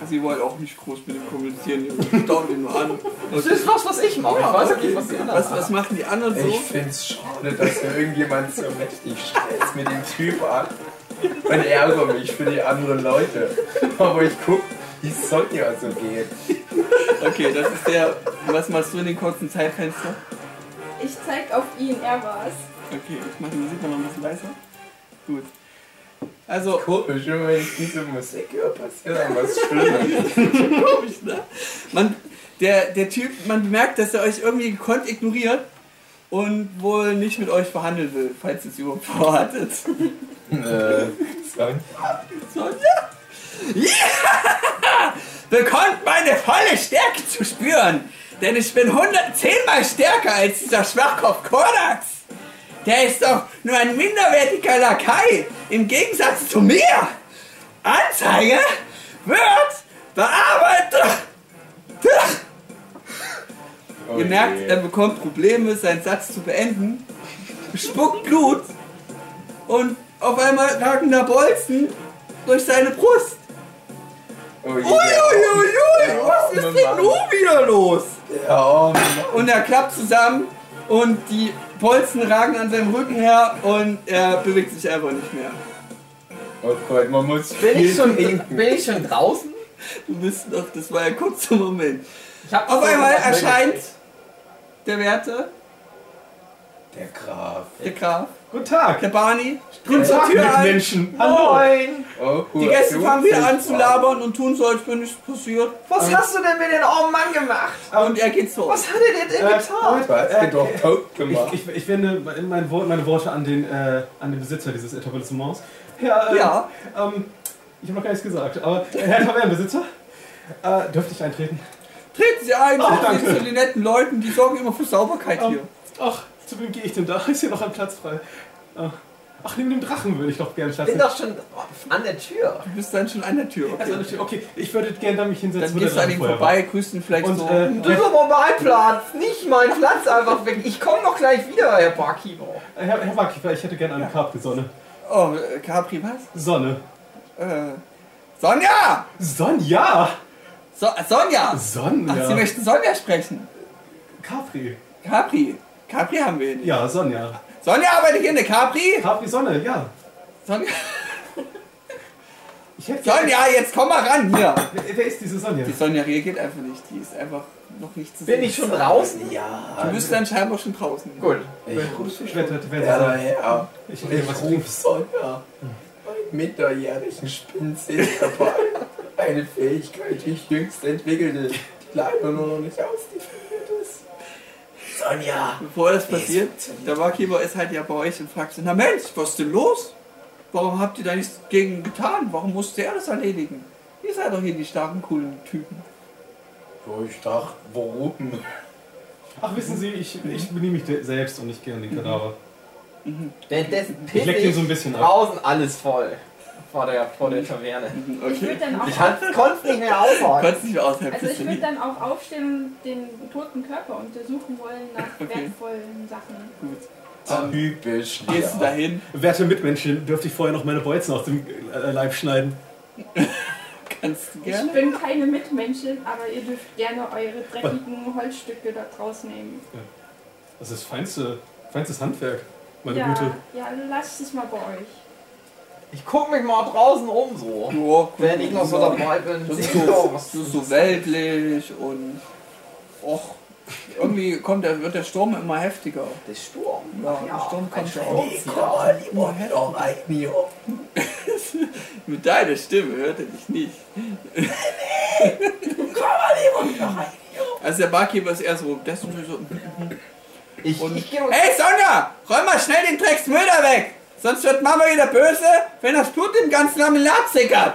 Also ihr wollt auch nicht groß mit ihm kommunizieren, ihr dauert ihn nur an.
Das ist was, was ich mache. Ich weiß auch nicht, was die anderen
Was,
machen.
was machen die anderen so?
Ich find's schade, dass mir irgendjemand so mächtig scheißt mit dem Typ an und ärgere mich für die anderen Leute. Aber ich guck, wie es Sonja so geht.
Okay, das ist der. Was machst du in den kurzen Zeitfenster?
Ich zeig auf ihn, er war's.
Okay, ich mache die Musik noch ein bisschen leiser. Gut. Also,
Komisch, immer wenn ich diese Musik höre, passiert dann was Schlimmes.
komisch, ne? Man, der, der Typ, man bemerkt, dass er euch irgendwie gekonnt ignoriert und wohl nicht mit euch verhandeln will, falls ihr es überhaupt vorhattet.
äh, Sonja.
Sonja? Ja! Bekommt meine volle Stärke zu spüren, denn ich bin 110 mal stärker als dieser Schwachkopf Korax. Der ist doch nur ein minderwertiger Lakai im Gegensatz zu mir. Anzeige wird bearbeitet.
Oh
Ihr merkt,
je.
er bekommt Probleme, seinen Satz zu beenden, spuckt Blut und auf einmal ragen da Bolzen durch seine Brust.
oh je,
Uiuiuiui, was ist
arme
denn
Mann.
nun wieder los?
der arme oh, Mann.
Und er klappt zusammen und die Bolzen ragen an seinem Rücken her und er bewegt sich einfach nicht mehr.
Oh Gott, man muss
Bin
viel
ich, schon,
trinken.
bin ich schon draußen?
Du bist noch, das war ja kurz zum Moment.
Ich hab
Auf
so
einmal
was
erscheint der Werte,
Der Graf.
der Graf,
Guten Tag!
der Barney, tritt zur
Mit
Tür an.
Menschen! Hallo!
Moin!
Oh,
Die Gäste fangen wieder an zu labern und tun so, als wäre nichts passiert.
Was hast du denn mit dem armen Mann gemacht?
Und er geht zu euch.
Was hat er denn
Äh,
getan?
Du hast ihn doch tot gemacht.
Ich, ich, ich wende mein Wort, meine Worte an den, äh, an den Besitzer dieses Etablissements. Herr, äh,
Ja.
Ähm, ich habe noch gar nichts gesagt, aber Herr Tavernenbesitzer, äh, dürfte ich eintreten?
Treten Sie ein,
Ach,
treten Sie
danke.
zu den netten Leuten, die sorgen immer für Sauberkeit
Ähm,
hier.
ach, zu wem gehe ich denn da? Ist hier noch ein Platz frei? Äh, Ach, neben dem Drachen würde ich doch gerne Platz
Ich bin
nehmen.
doch schon an der Tür.
Du bist dann schon an der Tür.
Also,
Okay.
natürlich, okay, ich würde gerne da mich hinsetzen.
Dann
wo der
gehst du an
Drachen
ihm
vorher
vorbei, grüßt ihn vielleicht
war. Und,
so.
äh,
Das ist aber mein Platz, nicht mein Platz einfach weg. Ich komme noch gleich wieder, Herr Barkeeper.
Herr, Herr Barkeeper, ich hätte gerne eine Capri-Sonne.
oh, äh, Capri, was?
Sonne.
Äh, Sonja!
Sonja!
So, äh, Sonja!
Sonja!
Ach, Sie möchten Sonja sprechen.
Capri.
Capri. Capri haben wir hier nicht.
Ja, Sonja.
Sonja arbeitet hier in der Capri.
Capri-Sonne, ja.
Sonja,
Ich hätte gerne-
Sonja, jetzt komm mal ran hier.
Wer, wer ist diese Sonja?
Die Sonja reagiert einfach nicht. Die ist einfach noch nicht zu sehen.
Bin ich schon draußen?
Ja.
Du bist dann scheinbar schon draußen.
Gut.
Ich ruf's
Ich wette, wer
Ja,
Sonja.
daher.
Ich hätte was
Ich ruf Sonja, meinen minderjährigen Spinnensinn dabei. Eine Fähigkeit, die ich jüngst entwickelte, die leider nur noch nicht ausgeführt ist. Sonja!
Bevor das passiert, der Barkeeper ist halt ja bei euch und fragt so, na Mensch, was ist denn los? Warum habt ihr da nichts gegen getan? Warum musste er das erledigen? Ihr seid doch hier die starken, coolen Typen.
Wo ich dachte, warum?
Ach, wissen Sie, ich, ich benehme mich de- selbst und ich gehe an den Kadaver.
Denn dessen
Ich leck den so ein
pisse
bisschen
ich
ab.
draußen alles voll. Vor der, vor der Taverne.
Ich würde dann
Ich
auch,
konnte es nicht mehr aufhören.
Konntest nicht mehr aushalten.
also ich
bist du
würde
lieb.
dann auch aufstehen und den toten Körper untersuchen wollen nach wertvollen Sachen.
Gut.
Ähm, Typisch.
Gehst du
ja.
dahin?
Werte Mitmenschen, dürfte ich vorher noch meine Bolzen aus dem äh, Leib schneiden?
Kannst du
Ich
gerne?
bin keine Mitmenschen, aber ihr dürft gerne eure dreckigen Holzstücke da draus nehmen.
Das ist feinste, feinstes Handwerk, meine
ja,
Güte.
ja, lasst es mal bei euch.
Ich guck mich mal draußen um so.
Ja, gut.
Wenn ich noch so dabei bin,
Das
seh
ist
ich doch
so,
was.
das ist so weltlich und. Och, Irgendwie kommt der, wird der Sturm immer heftiger.
Der Sturm.
Ja, der Sturm kommt ja auch.
auch.
Oh, Mit deiner Stimme hört er dich nicht. Also der Barkeeper ist eher so, der ist natürlich so.
Ich,
Und
ich gehe uns
hey Sonja, räum mal schnell den Drecksmüller weg! Sonst wird Mama wieder böse, wenn das Blut im ganzen Laminat sickert!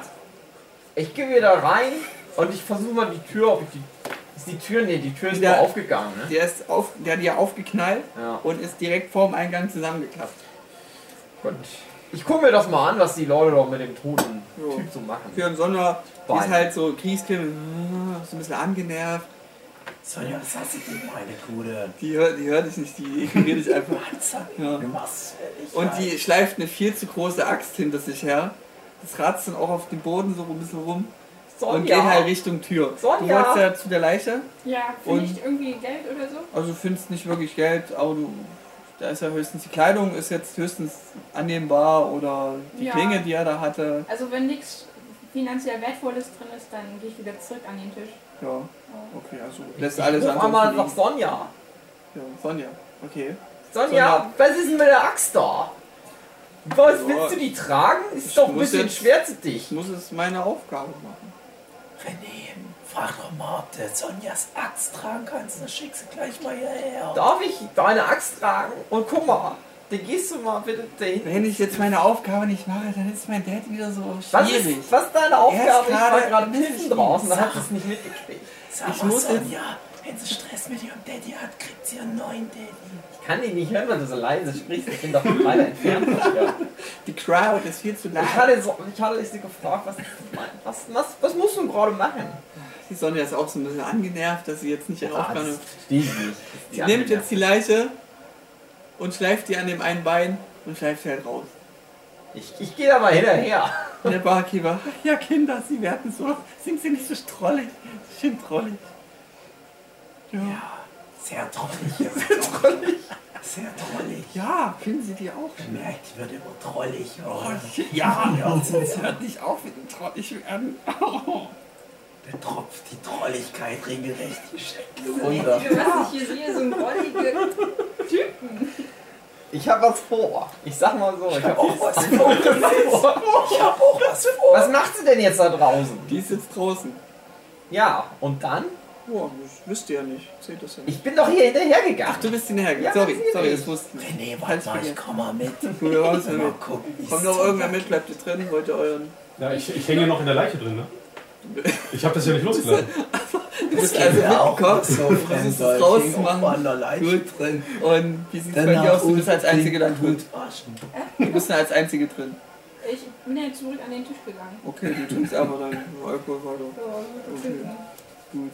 Ich gehe wieder rein und ich versuche mal die Tür, ob ich die. Ist die Tür? Ne, die Tür ist
Ja.
nur aufgegangen, ne?
Der ist auf, der hat ja aufgeknallt
Ja. oh
und ist direkt vorm Eingang zusammengeklappt.
Gut. Ich gucke mir das mal an, was die Leute doch mit dem toten
Jo.
Typ so machen.
Für einen Sonja, die ist
Bein.
halt so Kriegskind, so ein bisschen angenervt.
Sonja, was hast du denn, meine Gute?
Die hört, die hört dich nicht, die ignoriert dich einfach. Ja.
Was will ich?
Und die schleift eine viel zu große Axt hinter sich her. Das ratzt dann auch auf dem Boden so ein bisschen rum
Sonja.
und geht halt Richtung Tür. Du
Sonja.
wolltest ja zu der Leiche,
Ja,
Und-
finde ich irgendwie Geld oder so.
also du findest nicht wirklich Geld, aber du, da ist ja höchstens die Kleidung, ist jetzt höchstens annehmbar oder die
Ja.
Klinge, die er da hatte.
Also wenn nichts finanziell Wertvolles drin ist, dann gehe ich wieder zurück an den Tisch.
Ja, okay, also lässt
Ich
alles
ruf
andere
einmal
liegen.
nach Sonja.
Ja, Sonja, okay.
Sonja.
Sonja.
was ist denn mit der Axt da? Was
Ja.
willst du die tragen? Ist
Ich
doch ein
muss
bisschen
jetzt-
schwer zu
Ich
dich.
muss es meine Aufgabe machen.
René, frag doch mal, ob du Sonjas Axt tragen kannst. Dann schickst du gleich mal hierher.
Darf ich deine Axt tragen? Und guck mal, dann gehst du mal bitte dahin.
Wenn ich jetzt meine Aufgabe nicht mache, dann ist mein Dad wieder so
Was
schwierig.
ist, was ist deine Aufgabe? Ich war
gerade
gerade
ein bisschen
pissen draußen, da hat es nicht mitgekriegt.
Sag
ich
mal,
muss jetzt-
Sonja, wenn sie Stress mit ihrem Daddy hat, kriegt sie einen neuen Daddy.
Ich kann dich nicht hören, wenn du so leise sprichst. Ich bin doch von weiter entfernt. von dir.
Die Crowd ist viel zu laut.
Ich hatte, so, ich hatte sie gefragt, was, was, was, was musst du gerade machen?
Die Sonja ist auch so ein bisschen angenervt, dass sie jetzt nicht ihre Aufgabe
das verstehe ich nicht.
Sie nimmt jetzt die Leiche und schleift die an dem einen Bein und schleift sie halt raus.
Ich, ich gehe da mal hinterher.
Und der Barkeeper, ja Kinder, sie werden so, sind sie nicht so strollig, schön trollig. Ja.
Sehr trollig. Sehr
Trollig.
Sehr trollig.
ja, finden sie die auch?
Merkt, die wird immer trollig. Oh,
Ja, es hört nicht auf mit dem ähm, trollig werden.
da tropft die Trolligkeit regelrecht. die Schenkel.
Wunder.
Was ich hier sehe, so ein rollige Typen.
Ich habe was vor. Ich sag mal so. Ich hab
auch was
vor.
Ich hab auch was vor.
Was macht sie denn jetzt da draußen?
Die ist jetzt draußen.
Ja, und dann?
Boah, das wisst ihr ja nicht, seht das ja nicht.
Ich bin doch hier hinterhergegangen.
Ach, du bist hinterher,
Ja,
sorry,
natürlich.
sorry, das wussten wir.
René, warte mal, ich komm mal mit.
Gut, wir waren's
Mal
damit.
gucken, wie
Kommt
es
noch
so
irgendwer mit, bleibt ihr drin, wollt ihr euren...
Ja, ich, ich hänge ja noch in der Leiche drin, ne? Ich habe das ja nicht losgelassen.
Du bist
geht
also
mir auch
mitgekommen.
So fremd,
Dieses Rausmachen. Gut.
Gut drin.
Und wie sieht's bei dir aus? Du bist als Einzige dann drin.
waschen.
Du bist dann als Einzige drin.
Ich bin ja zurück an den Tisch gegangen.
Okay, du trinkst einfach deinen Alkohol weiter.
So,
Okay. Gut.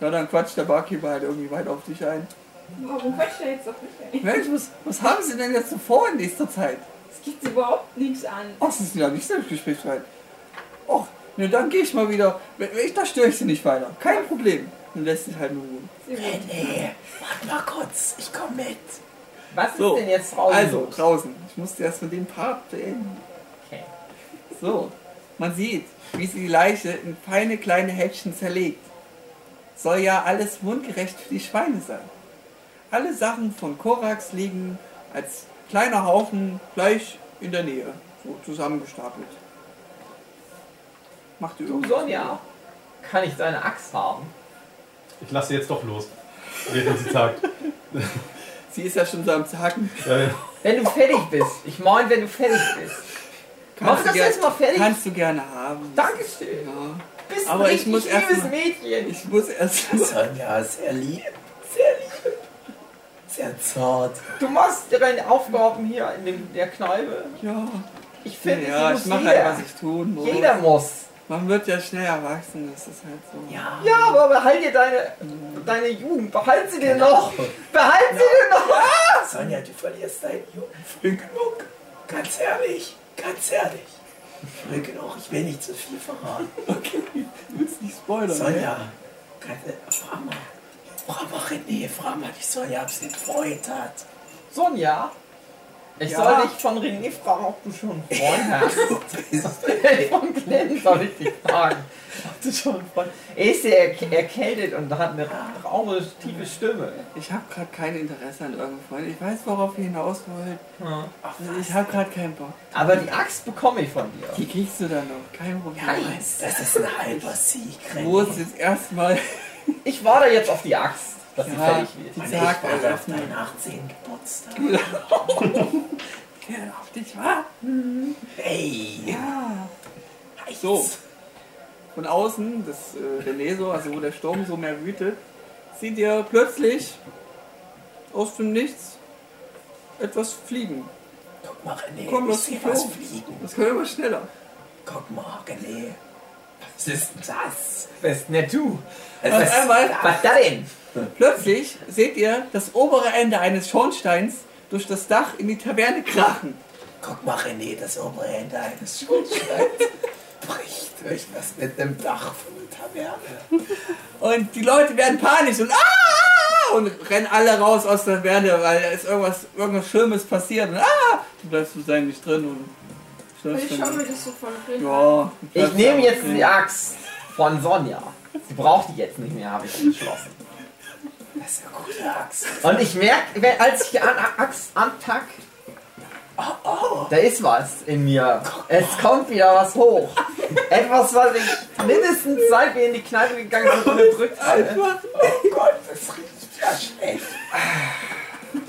Ja, dann quatscht der Barkeeper halt irgendwie weit auf dich ein.
Warum quatscht er jetzt doch nicht ein?
Mensch, was, was haben Sie denn jetzt so vor in nächster Zeit?
Es geht sie überhaupt nichts an.
Ach, das ist ja nicht selbstgesprächsbereit. Och, ne, dann gehe ich mal wieder. Wenn, wenn ich, da störe ich Sie nicht weiter. Kein Problem. Dann lässt dich halt in Ruhe.
Sie will-
René, warte mal kurz, ich komm mit.
Was
So.
ist denn jetzt draußen?
Also,
los?
draußen. Ich musste erst mit dem Part beenden.
Okay.
So, man sieht, wie sie die Leiche in feine kleine Häppchen zerlegt. Soll ja alles mundgerecht für die Schweine sein. Alle Sachen von Korax liegen als kleiner Haufen Fleisch in der Nähe, so zusammengestapelt. Macht ihr
Du,
irgendwas?
Sonja, kann ich deine Axt haben?
Ich lasse jetzt doch los. Während sie tagt.
Sie ist ja schon so am Zagen.
Ja, ja.
Wenn du fertig bist. Ich meine, wenn du fertig bist. Mach
Kannst du
das
gern-
erst mal fertig.
Kannst du gerne haben.
Dankeschön.
Ja.
Du bist
Aber
ein
ich
richtig
muss erst
liebes
mal-
Mädchen.
Ich muss erst.
Sonja, sehr lieb, sehr lieb, sehr zart.
Du machst deine Aufgaben hier in dem, der Kneipe.
Ja,
Ich finde,
ja
das
ich
muss
mache
jeder.
halt, was ich tun muss.
jeder muss.
Man wird ja schnell erwachsen, das ist halt so.
Ja,
Ja, aber behalt dir deine, deine Jugend. Behalt sie dir noch. Behalt sie dir noch.
Sonja, du verlierst deinen Jungen früh genug. Ganz ehrlich, ganz ehrlich. Früh genug, ich will nicht zu viel verraten.
Du willst nicht spoilern. ne?
Sonja, ganz, frag mal, frag mal René, frag mal die Sonja, ob sie einen Freund hat.
Sonja, ich
Ja.
soll dich von René fragen, ob du schon einen Freund hast. von Glenn soll ich dich fragen. hatte schon von. Er ist ja erk- erkältet und hat eine raue, tiefe Stimme.
Ich habe gerade kein Interesse an irgendeinem Freund. Ich weiß, worauf ihr hinaus wollt. Also
Ja.
Ich habe gerade keinen Bock.
Aber die Axt bekomme ich von dir.
Die kriegst du dann noch. Kein Problem.
Das ist ein halber Sieg, René.
Wo ist jetzt erstmal
Ich warte jetzt auf die Axt, dass sie
ja,
fertig wird.
die
Ich
Sarg
warte auf
eröffnen?
deinen 18. Geburtstag.
Ja, auf dich warten.
Hey!
Ja. So. Von außen, das äh, René so, also wo der Sturm so mehr wütet, seht ihr plötzlich aus dem Nichts etwas fliegen.
Guck mal, René,
Komm,
ich
lass
seh
mich
was
hoch.
fliegen.
Das können wir schneller.
Guck mal, René. Was ist denn das?
Wer ist denn du?
Auf
ist-
einmal
Was da denn?
Plötzlich seht ihr das obere Ende eines Schornsteins durch das Dach in die Taverne krachen.
Guck mal, René, das obere Ende eines Schornsteins bricht durch das mit dem Dach von der Taverne.
Und die Leute werden panisch und ah! Und rennen alle raus aus der Taverne, weil da ist irgendwas, irgendwas Schlimmes passiert. Und ah! Du bleibst sozusagen nicht drin und
Ich
schläfst
schaue mir
dann.
das so von drin.
Ja, du
Ich
bleibst
nehme
da.
jetzt die Axt von Sonja. Sie braucht die jetzt nicht mehr, habe ich beschlossen.
Das ist eine gute Axt.
Und ich merke, wenn- als ich die an Axt anpack,
Oh,
da ist was in mir. Es kommt wieder was hoch. Etwas, was ich mindestens seit wir in die Kneipe gegangen sind, unterdrückt habe.
Oh Gott, das riecht ja schlecht.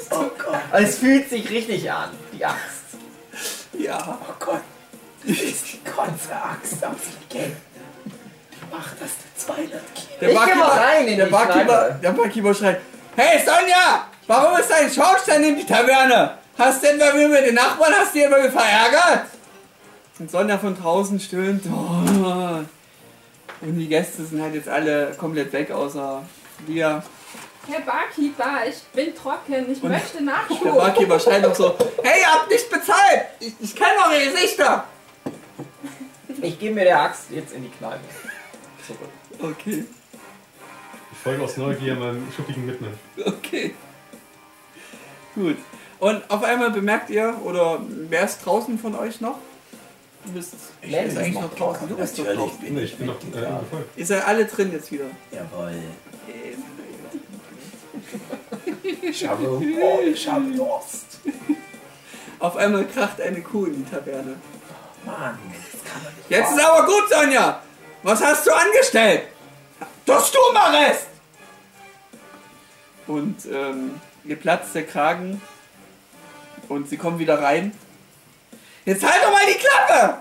Oh Gott,
Es fühlt sich richtig an, die Axt.
Ja.
oh Gott. Das ist die Kontra-Axt aus Legenden. Die macht das für 200 Kilo.
Der
Ich geh mal rein in
der
die
Barkeeper,
Kneipe.
der Barkeeper schreit: Hey Sonja, warum ist dein Schornstein in die Taverne? Hast denn bei mir mit den Nachbarn, hast du dir bei mir verärgert? Und Sonja von draußen stöhnt. Oh. Und die Gäste sind halt jetzt alle komplett weg, außer wir.
Herr Barkeeper, ich bin trocken, ich möchte
Der
Nachschub.
Barkeeper schreit noch so: Hey, ihr habt nicht bezahlt! Ich, ich kenne eure Gesichter!
Ich gebe mir der Axt jetzt in die Kneipe. Zurück.
Okay,
Ich folge aus Neugier meinem schuppigen Mitmen.
okay. Gut. Und auf einmal bemerkt ihr, oder wer ist draußen von euch noch? Du bist
Lenz
ist eigentlich noch draußen. Du bist doch
Natürlich
draußen.
bin
Nee,
ich
ich bin noch äh,
mitgegangen.
angefolgt.
Ihr seid alle drin jetzt wieder.
Jawohl. Ich habe, oh, ich habe Durst.
Auf einmal kracht eine Kuh in die Taverne.
Mann, das kann man nicht.
Jetzt ist aber gut, Sonja! Was hast du angestellt? Das du machst! Und ähm, ihr platzt der Kragen und sie kommen wieder rein. Jetzt halt doch mal die Klappe!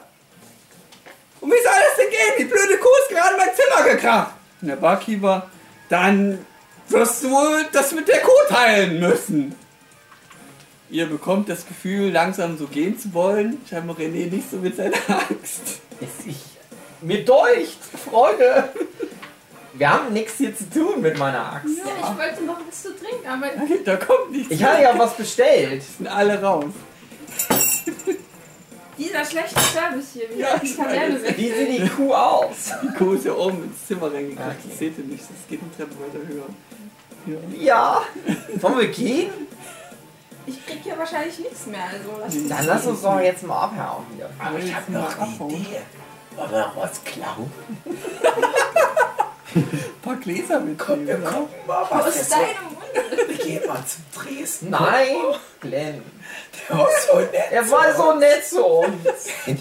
Und wie soll das denn gehen? Die blöde Kuh ist gerade in mein Zimmer gekracht! Und der Barkeeper, dann wirst du wohl das mit der Kuh teilen müssen. Ihr bekommt das Gefühl, langsam so gehen zu wollen. Scheinbar René nicht so mit seiner Axt.
Ist ich. Mir deucht, Freunde. Wir haben nichts hier zu tun mit meiner Axt.
Ja, ich wollte noch was zu trinken, aber
Da kommt nichts.
Ich hatte ja was bestellt.
sind alle raus.
dieser schlechte Service hier, wie
Ja,
die
ich
Taverne
weiß.
weg.
Wie sieht die Kuh aus?
Die Kuh ist ja oben ins Zimmer reingekracht.
Okay.
Das seht ihr nicht. Das geht eine Treppe weiter höher. Ja.
Ja. Wollen wir gehen?
Ich krieg hier wahrscheinlich nichts mehr, also lass
Nee.
Dann lass uns doch jetzt mal abhauen hier.
Aber ich habe noch eine
Abhauen.
Idee. Wollen wir noch was klauen?
Ein paar Gläser mitnehmen.
Komm, wir
oder?
gucken äh, mal,
aus
was wir so...
deinem Mund.
Wir gehen mal zum Dresden.
Nein, Glenn.
Der war so nett.
Er war so nett zu uns.
Der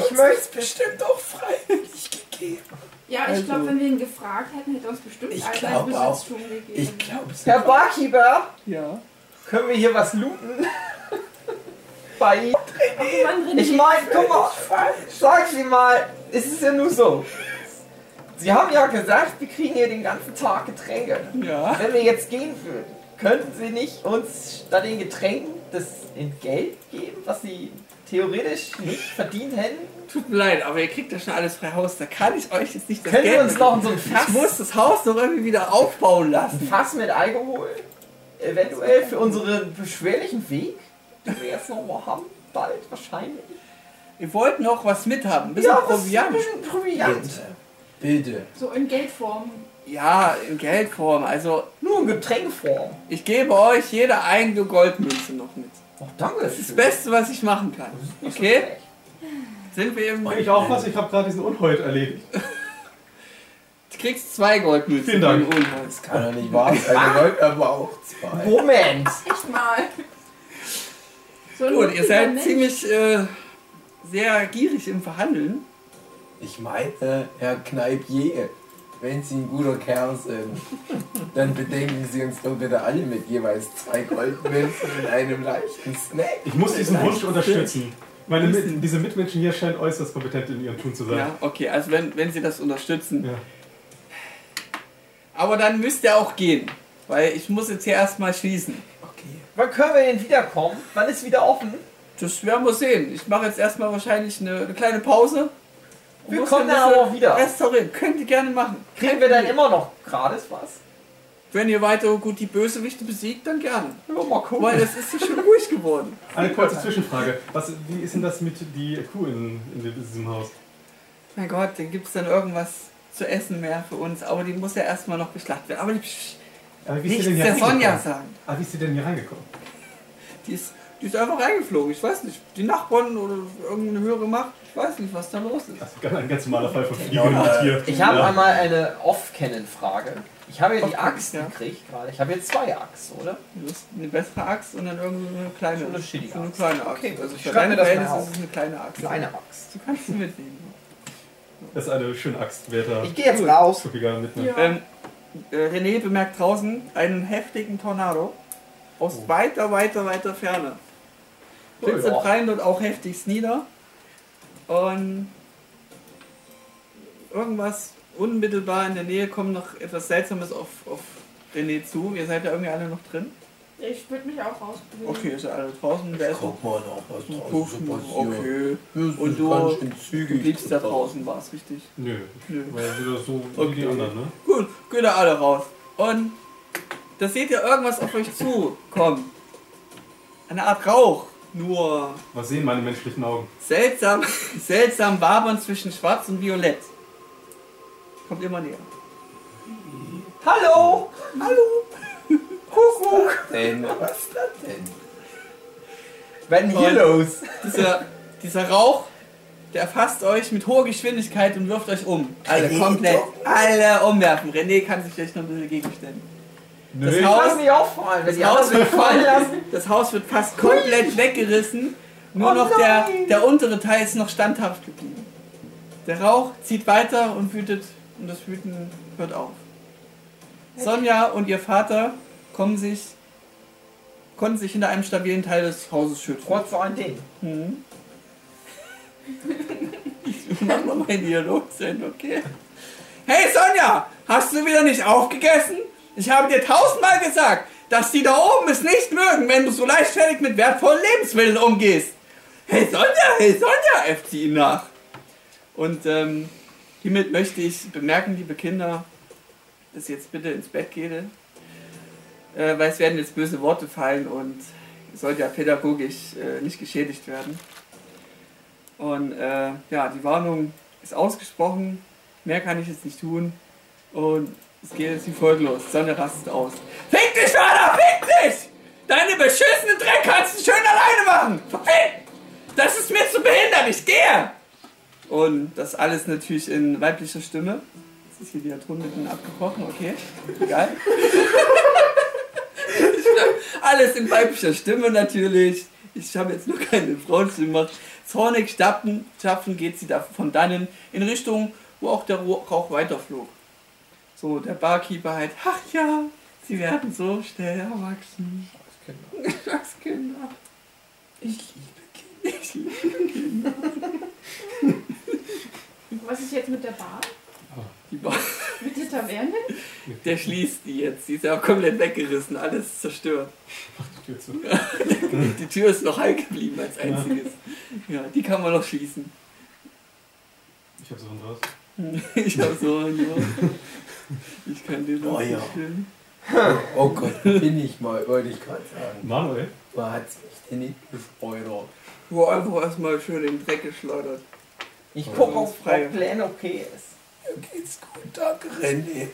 Ich
uns
möchte-
das bestimmt auch freiwillig gegeben.
Ja,
Also.
ich glaube, wenn wir ihn gefragt hätten, hätte er uns bestimmt
Ich
als
glaub auch.
Besitztum gegeben.
Ich glaube, es
Herr Barkeeper,
Ja.
können wir hier was looten? Bei ihm.
Oh Mann, René,
Ich meine, guck mal,
falsch.
sag sie mal, es ist ja nur so. Sie haben ja gesagt, wir kriegen hier den ganzen Tag Getränke.
Ja.
Wenn wir jetzt gehen würden, könnten Sie nicht uns statt den Getränken das Entgelt geben, was Sie theoretisch nicht verdient hätten?
Tut mir leid, aber ihr kriegt ja schon alles frei Haus. Da kann ich euch jetzt nicht das
Können
Geld
wir uns
mitgeben.
noch so ein
Ich muss
Fass,
das Haus noch irgendwie wieder aufbauen lassen.
Fass mit Alkohol eventuell für unseren beschwerlichen Weg, den wir jetzt noch mal haben, bald wahrscheinlich?
Ihr wollt noch was mithaben. Ein bisschen
was- ein
Proviant.
bisschen Proviant.
Bitte.
so in Geldform.
Ja, in Geldform. Also,
Nur in Getränkform.
ich gebe euch jeder eigene Goldmünze noch mit.
Oh, danke. Das
Das Beste, was ich machen kann. Okay? Sind wir im.
Ich auch was, ich habe gerade diesen Unhold erledigt.
kriegst zwei Goldmünzen.
Vielen Dank.
für den Unholz.
Kann doch nicht wahr sein. Wir wollten aber auch zwei.
Moment!
Echt mal. So ein
Gut, ihr
guter
seid
Mensch.
ziemlich äh, sehr gierig im Verhandeln.
Ich meine, Herr Kneipier, wenn Sie ein guter Kerl sind, dann bedenken Sie uns doch bitte alle mit jeweils zwei Goldmünzen und einem leichten Snack.
Ich muss diesen Wunsch unterstützen. Meine, Mit- diese Mitmenschen hier scheinen äußerst kompetent in ihrem Tun zu sein.
Ja, okay, also wenn, wenn sie das unterstützen.
Ja.
Aber dann müsst ihr auch gehen, weil ich muss jetzt hier erstmal schließen.
Okay.
Wann können wir denn wiederkommen? Wann ist wieder offen?
Das werden wir sehen. Ich mache jetzt erstmal wahrscheinlich eine, eine kleine Pause. Und
Wir
muss
kommen
mir ein
dann
bisschen
aber wieder.
Restaurieren. Könnt ihr gerne machen.
Kriegen wir dann immer noch gratis was?
Wenn ihr weiter gut die Bösewichte besiegt, dann gerne.
Ja, mal gucken.
Weil es ist hier schon ruhig geworden.
Eine kurze Zwischenfrage. Was, wie ist denn das mit die Kuh in, in diesem Haus?
Mein Gott, dann gibt es dann irgendwas zu essen mehr für uns. Aber die muss ja erstmal noch geschlachtet werden. Aber die,
Aber wie ist
nichts
sie denn hier
der Sonja
reingekommen?
sagen.
Ah, wie ist sie denn hier reingekommen?
Die ist, die ist einfach reingeflogen. Ich weiß nicht, die Nachbarn oder irgendeine höhere Macht. Ich weiß nicht, was da los ist.
Das ist ein ganz normaler Fall von Fliegen und Tier.
Ich habe
ja.
einmal eine Off-Kennen-Frage. Ich habe ja die
Off-Kennen,
Axt
ja.
gekriegt gerade. Ich habe jetzt zwei Axen, oder?
Du hast eine bessere Axt und dann irgendwie so eine kleine
So eine shitty
so eine
Axt.
kleine Axt.
Okay,
also
ich
für
schreib
deine
mir das mal
Verhältnisse
auf.
ist es eine kleine Axt.
Kleine Axt.
Du kannst sie mitnehmen.
Das ist eine schöne Axt, Werther.
Ich gehe jetzt raus.
Zuppiger mit einem.
Ja.
Ähm, äh, René bemerkt draußen einen heftigen Tornado aus
Oh.
weiter, weiter, weiter Ferne.
Oh ja.
Blitze prallen dort auch heftigst nieder. Und irgendwas unmittelbar in der Nähe kommt noch etwas Seltsames auf, auf René zu. Ihr seid ja irgendwie alle noch drin.
Ich würde mich auch rausbewegen.
Okay, ihr seid alle draußen. Der ist noch
Guck mal noch, was
zum
draußen
Puffen.
so passiert.
Okay.
Das
Und
ist
du
ganz schön zügig.
Du bliebst da draußen, war es richtig.
Nö.
Nö.
Weil wieder so wie
Okay.
die anderen, ne?
Gut, geht da alle raus. Und da seht ihr irgendwas auf euch zukommen. Eine Art Rauch. Nur
Was sehen meine menschlichen Augen?
seltsam, seltsam wabern zwischen Schwarz und Violett. Kommt immer näher.
Hallo!
Hallo!
Kuckuck!
Denn, was ist das denn?
Wenn hier
Und-
los.
Dieser, dieser Rauch, der erfasst euch mit hoher Geschwindigkeit und wirft euch um. Alle
René,
komplett.
doch.
Alle umwerfen. René kann sich vielleicht noch ein bisschen gegenstellen. Das
Ich
Haus
lass mich auffallen, wenn
Das
die
Haus,
anderen
wird
mich fallen lassen.
voll, das Haus wird fast komplett weggerissen. Nur
Oh
noch der,
nein.
der untere Teil ist noch standhaft geblieben. Der Rauch zieht weiter und wütet und das Wüten hört auf. Sonja und ihr Vater kommen sich, konnten sich hinter einem stabilen Teil des Hauses schützen.
Trotz so ein Ding.
Mhm. Ich mach noch meinen Dialog sein, okay? Hey Sonja, hast du wieder nicht aufgegessen? Ich habe dir tausendmal gesagt, dass die da oben es nicht mögen, wenn du so leichtfertig mit wertvollen Lebensmitteln umgehst. Hey Sonja, hey Sonja, äfft sie ihn nach. Und ähm, hiermit möchte ich bemerken, liebe Kinder, dass ihr jetzt bitte ins Bett geht. Äh, weil es werden jetzt böse Worte fallen und sollte ja pädagogisch äh, nicht geschädigt werden. Und äh, ja, die Warnung ist ausgesprochen. Mehr kann ich jetzt nicht tun. Und es geht jetzt wie folgt los. Sonne rastet aus. Fick dich, Vater! Fick dich! Deine beschissenen Dreck kannst du schön alleine machen! Fick! Das ist mir zu behindern! Ich gehe! Und das alles natürlich in weiblicher Stimme. Jetzt ist hier die Atomitten abgebrochen, okay? Egal. Alles in weiblicher Stimme natürlich. Ich habe jetzt nur keine Frauenstimme gemacht. Zornig stapfen, stapfen geht sie da von dannen in Richtung, wo auch der Ro- Rauch weiterflog. So, der Barkeeper halt, ach ja, sie werden so schnell erwachsen. Scheiß Kinder. Ich liebe Kinder. Ich liebe
Was ist jetzt mit der Bar?
die Bar.
Mit hinterm Ende?
Der schließt die jetzt. Die ist ja auch komplett weggerissen, alles zerstört.
Die Tür zu.
Die Tür ist noch heil geblieben als einziges. Ja, die kann man noch schließen.
Ich hab so einen raus.
Ich hab so einen Joch. Ich kann den noch
Oh ja.
nicht stillen.
Oh Gott, bin ich mal, wollte ich gerade sagen.
Manuel?
Man hat mich denn nicht Oh, gespoilert.
Wo einfach erstmal schön in den Dreck geschleudert.
Ich gucke
Ja.
auf ob Plan okay ist.
Mir geht's gut, danke René.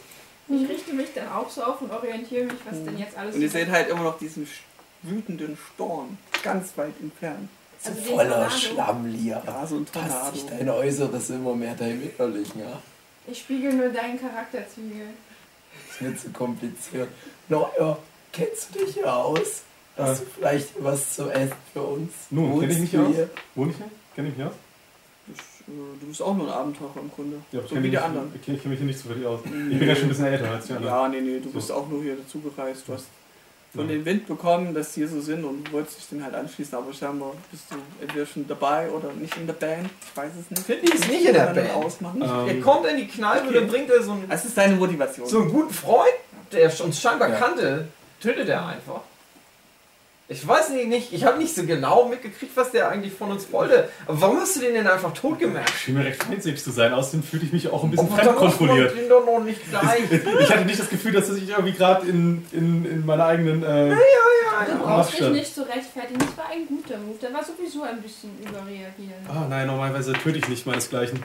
Ich richte mich dann auch so auf und orientiere mich, was denn jetzt alles
Und ihr seht halt immer noch diesen sch- wütenden Storm. Ganz weit entfernt.
So
Also den
voller
Tornado.
Schlammlier.
Ja, so ein
Passt
Tornado.
sich dein Äußeres immer mehr deinem Innerlichen, ja?
Ich spiegel nur deinen Charakterzüge.
Das ist mir zu kompliziert. Naja, kennst du dich ja aus? Hast du vielleicht was zu essen für uns?
Nun, kenn ich mich
Holst du
aus?
hier-
Wohne ich hier? Kenn ich mich aus?
Ich, äh, du bist auch nur ein Abenteurer im Grunde.
Ja, ich
so
kenn
wie
mich
die
nicht-
anderen.
Ich kenne mich hier nicht so wirklich aus. Ich bin ja schon ein bisschen älter als die anderen.
Ja, nee, nee, du
So.
bist auch nur hier dazugereist. Du hast von
Ja.
den Wind bekommen, dass die hier so sind und wolltest dich den halt anschließen, aber scheinbar bist du entweder schon dabei oder nicht in der Band. Ich weiß es nicht.
Finde ich ist nicht in der
Kann man
Band.
Ausmachen.
Er
Ähm,
kommt in die Kneipe
Okay.
dann bringt er so einen,
Das ist deine Motivation.
so einen guten Freund, der uns scheinbar
Ja.
kannte, tötet er einfach. Ich weiß nicht, nicht ich habe nicht so genau mitgekriegt, was der eigentlich von uns wollte. Aber warum hast du den denn einfach tot gemacht?
schien mir recht feindselig zu sein, außerdem fühlte ich mich auch ein bisschen
Oh, dann muss man
fremdkontrolliert.
den doch noch nicht gleich.
Ich hatte nicht das Gefühl, dass ich irgendwie gerade in, in, in meiner eigenen. Äh,
Du
Ach,
brauchst dich
stimmt.
nicht zu rechtfertigen. Das war ein guter Move. Der war sowieso ein bisschen überreagieren.
ah, nein, normalerweise töte ich nicht meinesgleichen.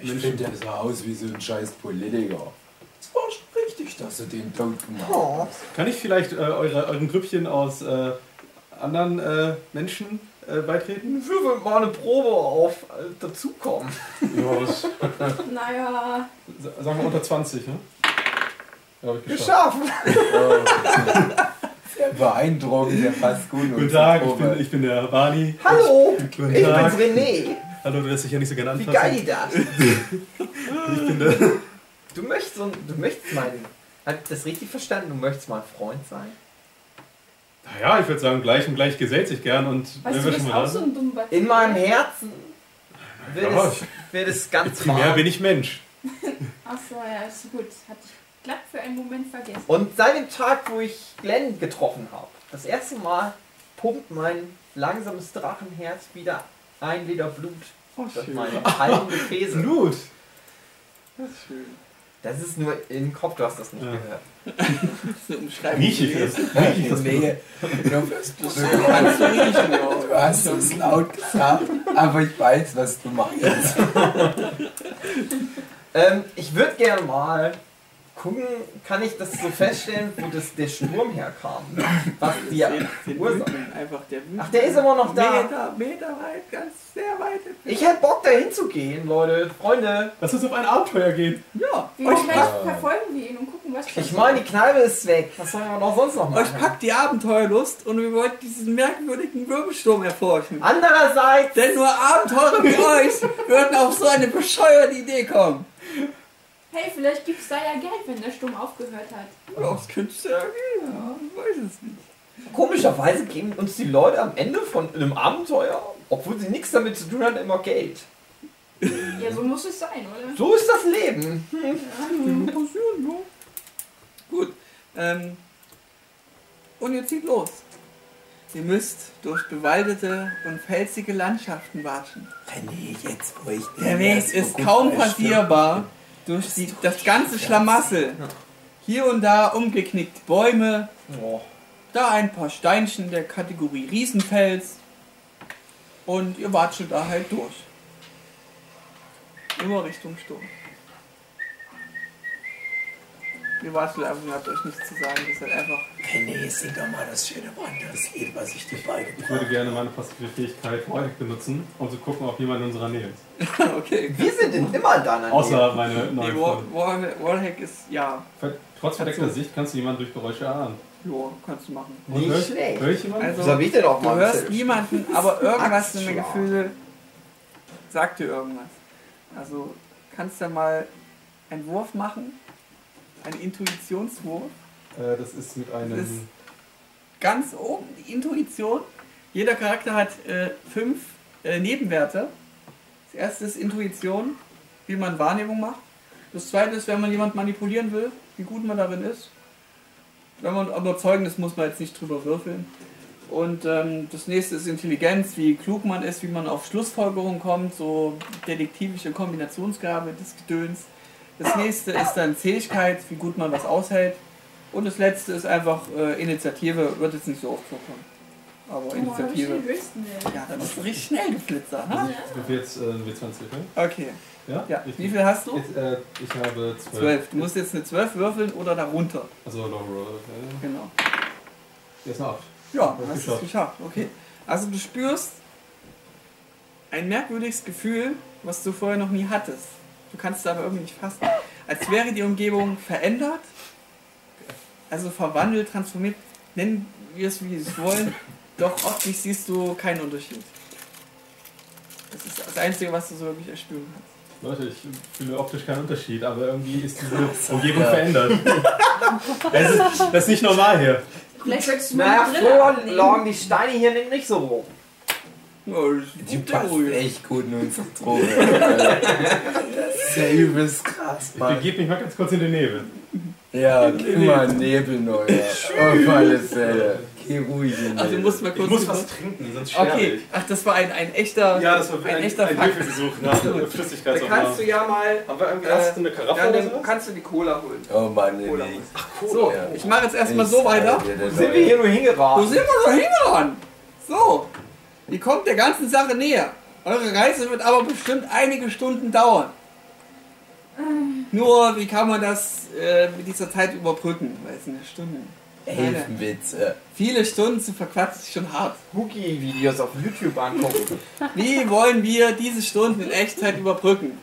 Ich
Menschen.
finde, der sah aus wie so ein scheiß Politiker. Es war schon richtig, dass du den tot gemacht hast.
Oh.
Kann ich vielleicht äh, eure, euren Grüppchen aus äh, anderen äh, Menschen äh, beitreten?
Würfel mal eine Probe auf äh, dazukommen.
Ja, was?
Naja,
Sagen wir unter 20, ne? Ja, hab ich geschafft.
Geschafft!
Sehr Oh. beeindruckend, der passt gut.
Guten Tag, ich bin, ich bin der Bani.
Hallo!
Guten
Ich
Tag.
bin's René.
Hallo, du lässt dich ja nicht so gerne
Wie
anfassen.
geil das? Du möchtest, so ein- du möchtest mein. Hab ich das richtig verstanden? Du möchtest mein Freund sein?
Naja, ich würde sagen, gleich und gleich gesellt sich gern und äh,
weißt du, du bist auch so ein dummer
In meinem Herzen wird,
Ja,
es, wird es ganz
Primär
warm.
bin ich Mensch.
Achso, ja, ist gut. Hatte ich glatt für einen Moment vergessen.
Und seit dem Tag, wo ich Glenn getroffen habe, das erste Mal pumpt mein langsames Drachenherz wieder ein Liter Blut
Oh,
durch
schön.
meine kalten Gefäße.
Blut.
schön.
Das ist nur im Kopf, du hast das nicht
Ja.
gehört.
Das ist eine Umschreibung.
Rieche ich
gewesen.
das? Riech ich das
Nee, du,
Das kannst du riechen, ja.
du hast es laut gesagt, aber ich weiß, was du machst.
Ähm, ich würde gerne mal gucken, kann ich das so feststellen, wo das, der Sturm herkam? Was die
Den- den
Ursache.
Wütenden, einfach der
Ach, der ist immer noch da.
Meter, Meter weit, ganz sehr weit. entfernt.
Ich hätte Bock, da hinzugehen, Leute. Freunde.
Lass uns auf ein Abenteuer gehen.
Ja,
Wir
euch, pack,
vielleicht verfolgen wir ihn und gucken, was
Ich meine, die Kneipe ist weg. Was sollen wir noch sonst noch
euch
machen?
packt die Abenteuerlust und ihr wollt diesen merkwürdigen Wirbelsturm erforschen.
Andererseits,
Denn nur Abenteurer wie euch würden auf so eine bescheuerte Idee kommen.
Hey, vielleicht gibt's da ja Geld, wenn der Sturm aufgehört hat.
Ja, Das könnte ich sagen, ja, ich weiß es nicht.
komischerweise geben uns die Leute am Ende von einem Abenteuer, obwohl sie nichts damit zu tun haben, immer Geld.
Ja, so muss es sein, oder?
So ist das Leben.
Kann passieren, ja. Gut, ähm, und ihr zieht los. Ihr müsst durch bewaldete und felsige Landschaften watschen.
René, jetzt ruhig.
Der Weg ist kaum passierbar durch die, das ganze Schlamassel. Hier und da umgeknickt Bäume,
Oh.
da ein paar Steinchen der Kategorie Riesenfels. Und ihr watschelt da halt durch. Immer Richtung Sturm. Ihr watschelt einfach, ihr habt euch nichts zu sagen, ihr seid einfach.
René, sing doch mal das schöne Wanderslied, was ich dir
Ich
beigebracht
würde gerne meine passive Fähigkeit Vorhack benutzen, um zu gucken, ob jemand in unserer Nähe ist.
Okay.
Wir sind in immer in deiner Nähe.
Außer meine neuen
Nee, War,
Freunde.
War, Warhack ist. ja.
Ver- Trotz verdeckter Sicht kannst du jemanden durch Geräusche erahnen.
Ja, kannst du machen.
Und
Nicht
hör-
schlecht.
Hör ich jemanden?
Also-
So hab ich denn auch
Du
mal
hörst
erzählt.
niemanden, aber irgendwas in den
Axtschlag.
Gefühlen sagt dir irgendwas. Also kannst du mal einen Wurf machen, einen Intuitionswurf.
Äh, das ist mit einem.
Das ist- Ganz oben die Intuition. Jeder Charakter hat äh, fünf äh, Nebenwerte. Das erste ist Intuition, wie man Wahrnehmung macht. Das zweite ist, wenn man jemand manipulieren will, wie gut man darin ist. Wenn man überzeugen ist, muss man jetzt nicht drüber würfeln. Und ähm, das nächste ist Intelligenz, wie klug man ist, wie man auf Schlussfolgerungen kommt, so detektivische Kombinationsgabe des Gedöns. Das nächste ist dann Zähigkeit, wie gut man was aushält. Und das letzte ist einfach äh, Initiative, wird jetzt nicht so oft vorkommen. Aber
Oh, hab ich den
Initiative.
höchsten Wert.
Ja, dann bist du richtig schnell geflitzer, ha?
Ich bin jetzt äh, W20, ne?
Okay,
Ja?
ja.
Ich,
Wie viel hast du?
Jetzt, äh, ich habe 12.
12. Du musst jetzt eine 12 würfeln oder darunter.
Also Long Roll. Äh,
Genau.
jetzt eine 8.
Ja, hast
Hast
du es
geschafft.
geschafft. Okay. Also du spürst ein merkwürdiges Gefühl, was du vorher noch nie hattest. Du kannst es aber irgendwie nicht fassen. Als wäre die Umgebung verändert, also verwandelt, transformiert, nennen wir es wie wir es wollen, doch optisch siehst du keinen Unterschied. Das ist das Einzige, was du so wirklich erspüren kannst.
Leute, ich fühle optisch keinen Unterschied, aber irgendwie ist diese Umgebung verändert. das, ist, das ist nicht normal hier.
Vielleicht solltest du
Naja,
mal eine Brille
früher
abnehmen.
lagen die Steine hier nicht- nicht so rum.
Ja, Oh, das ist
Die
gut, der
passt
Ruhe.
echt gut in unsere Droge. das ist ja übelst krass,
Ich
Mann.
begebe mich mal ganz kurz in den Nebel.
Ja, immer Nebel neu. Auf alle Fälle. Geh ruhig in den
Ach, Also du musst mal kurz.
trinken, sonst
okay, ach, das war ein, ein echter.
Ja, das war
ein, echter Fakt.
Hilfegesuch nach
Da kannst du
Flüssigkeitsaufnahme.
ja mal.
Also, Haben wir irgendwie
Äh,
hast du eine Karaffe
Dann
oder
nimm-
so?
kannst du die Cola holen.
Oh Mann, nee.
Cola.
nee.
So,
Ja.
ich mache jetzt erstmal so weiter.
Sind wir hier nur
Wo
hingeraten?
sind wir doch hingerannt? So, ihr kommt der ganzen Sache näher. Eure Reise wird aber bestimmt einige Stunden dauern. Nur, wie kann man das äh, mit dieser Zeit überbrücken? Weil es sind ja Stunden. Keine.
Elfenwitze.
Viele Stunden zu verquatschen ist schon hart.
Hookie-Videos auf YouTube angucken.
Wie wollen wir diese Stunden in Echtzeit überbrücken?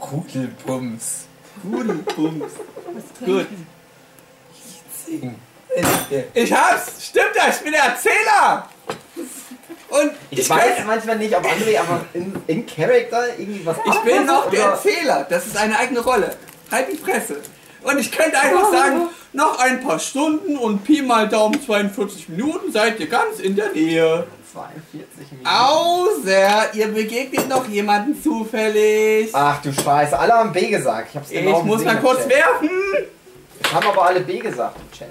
Rudelpumps.
Rudelbums.
Was
Gut.
trinken?
Sing. Äh,
Ich hab's! Stimmt das? Ich bin der Erzähler! Und
Ich,
ich,
weiß
kann,
manchmal nicht, ob André aber in, in Character irgendwie was
ich bin
noch
noch der Erzähler. Das ist eine eigene Rolle. Halt die Fresse. Und ich könnte einfach sagen, noch ein paar Stunden und Pi mal Daumen 42 Minuten seid ihr ganz in der Nähe.
42 Minuten.
Außer ihr begegnet noch jemanden zufällig.
Ach du Scheiße, alle haben B gesagt. Ich hab's Ah, genau
Ich muss
gesehen
mal
im
kurz
Chat.
werfen.
Haben aber alle B gesagt im Chat.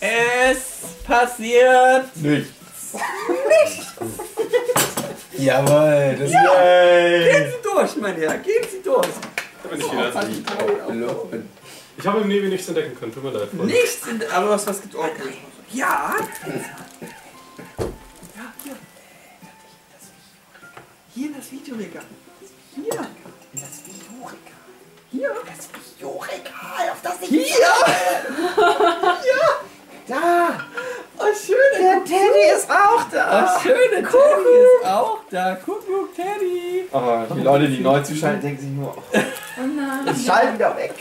Es passiert
Nicht.
Jawohl, das
Gehen Sie durch, mein Herr, gehen Sie durch.
Da bin ich wieder.
Loben.
Ich habe im Nebel nichts entdecken können, tut mir leid. Freunde.
Nichts in der. Aber was, Oh, was gibt Ordnung? Ja! Ja, hier. Hier in das Videoregal. Hier. Hier.
Videoregal, auf das
Hier! Ja!
Da!
Oh, schön!
Der Teddy ist auch da!
Oh, schöne Teddy ist auch da. Kuckuck, Teddy.
Aber Ah, die Leute, die neu zuschalten, denken sich nur, oh,
Oh nein.
ich schall wieder weg.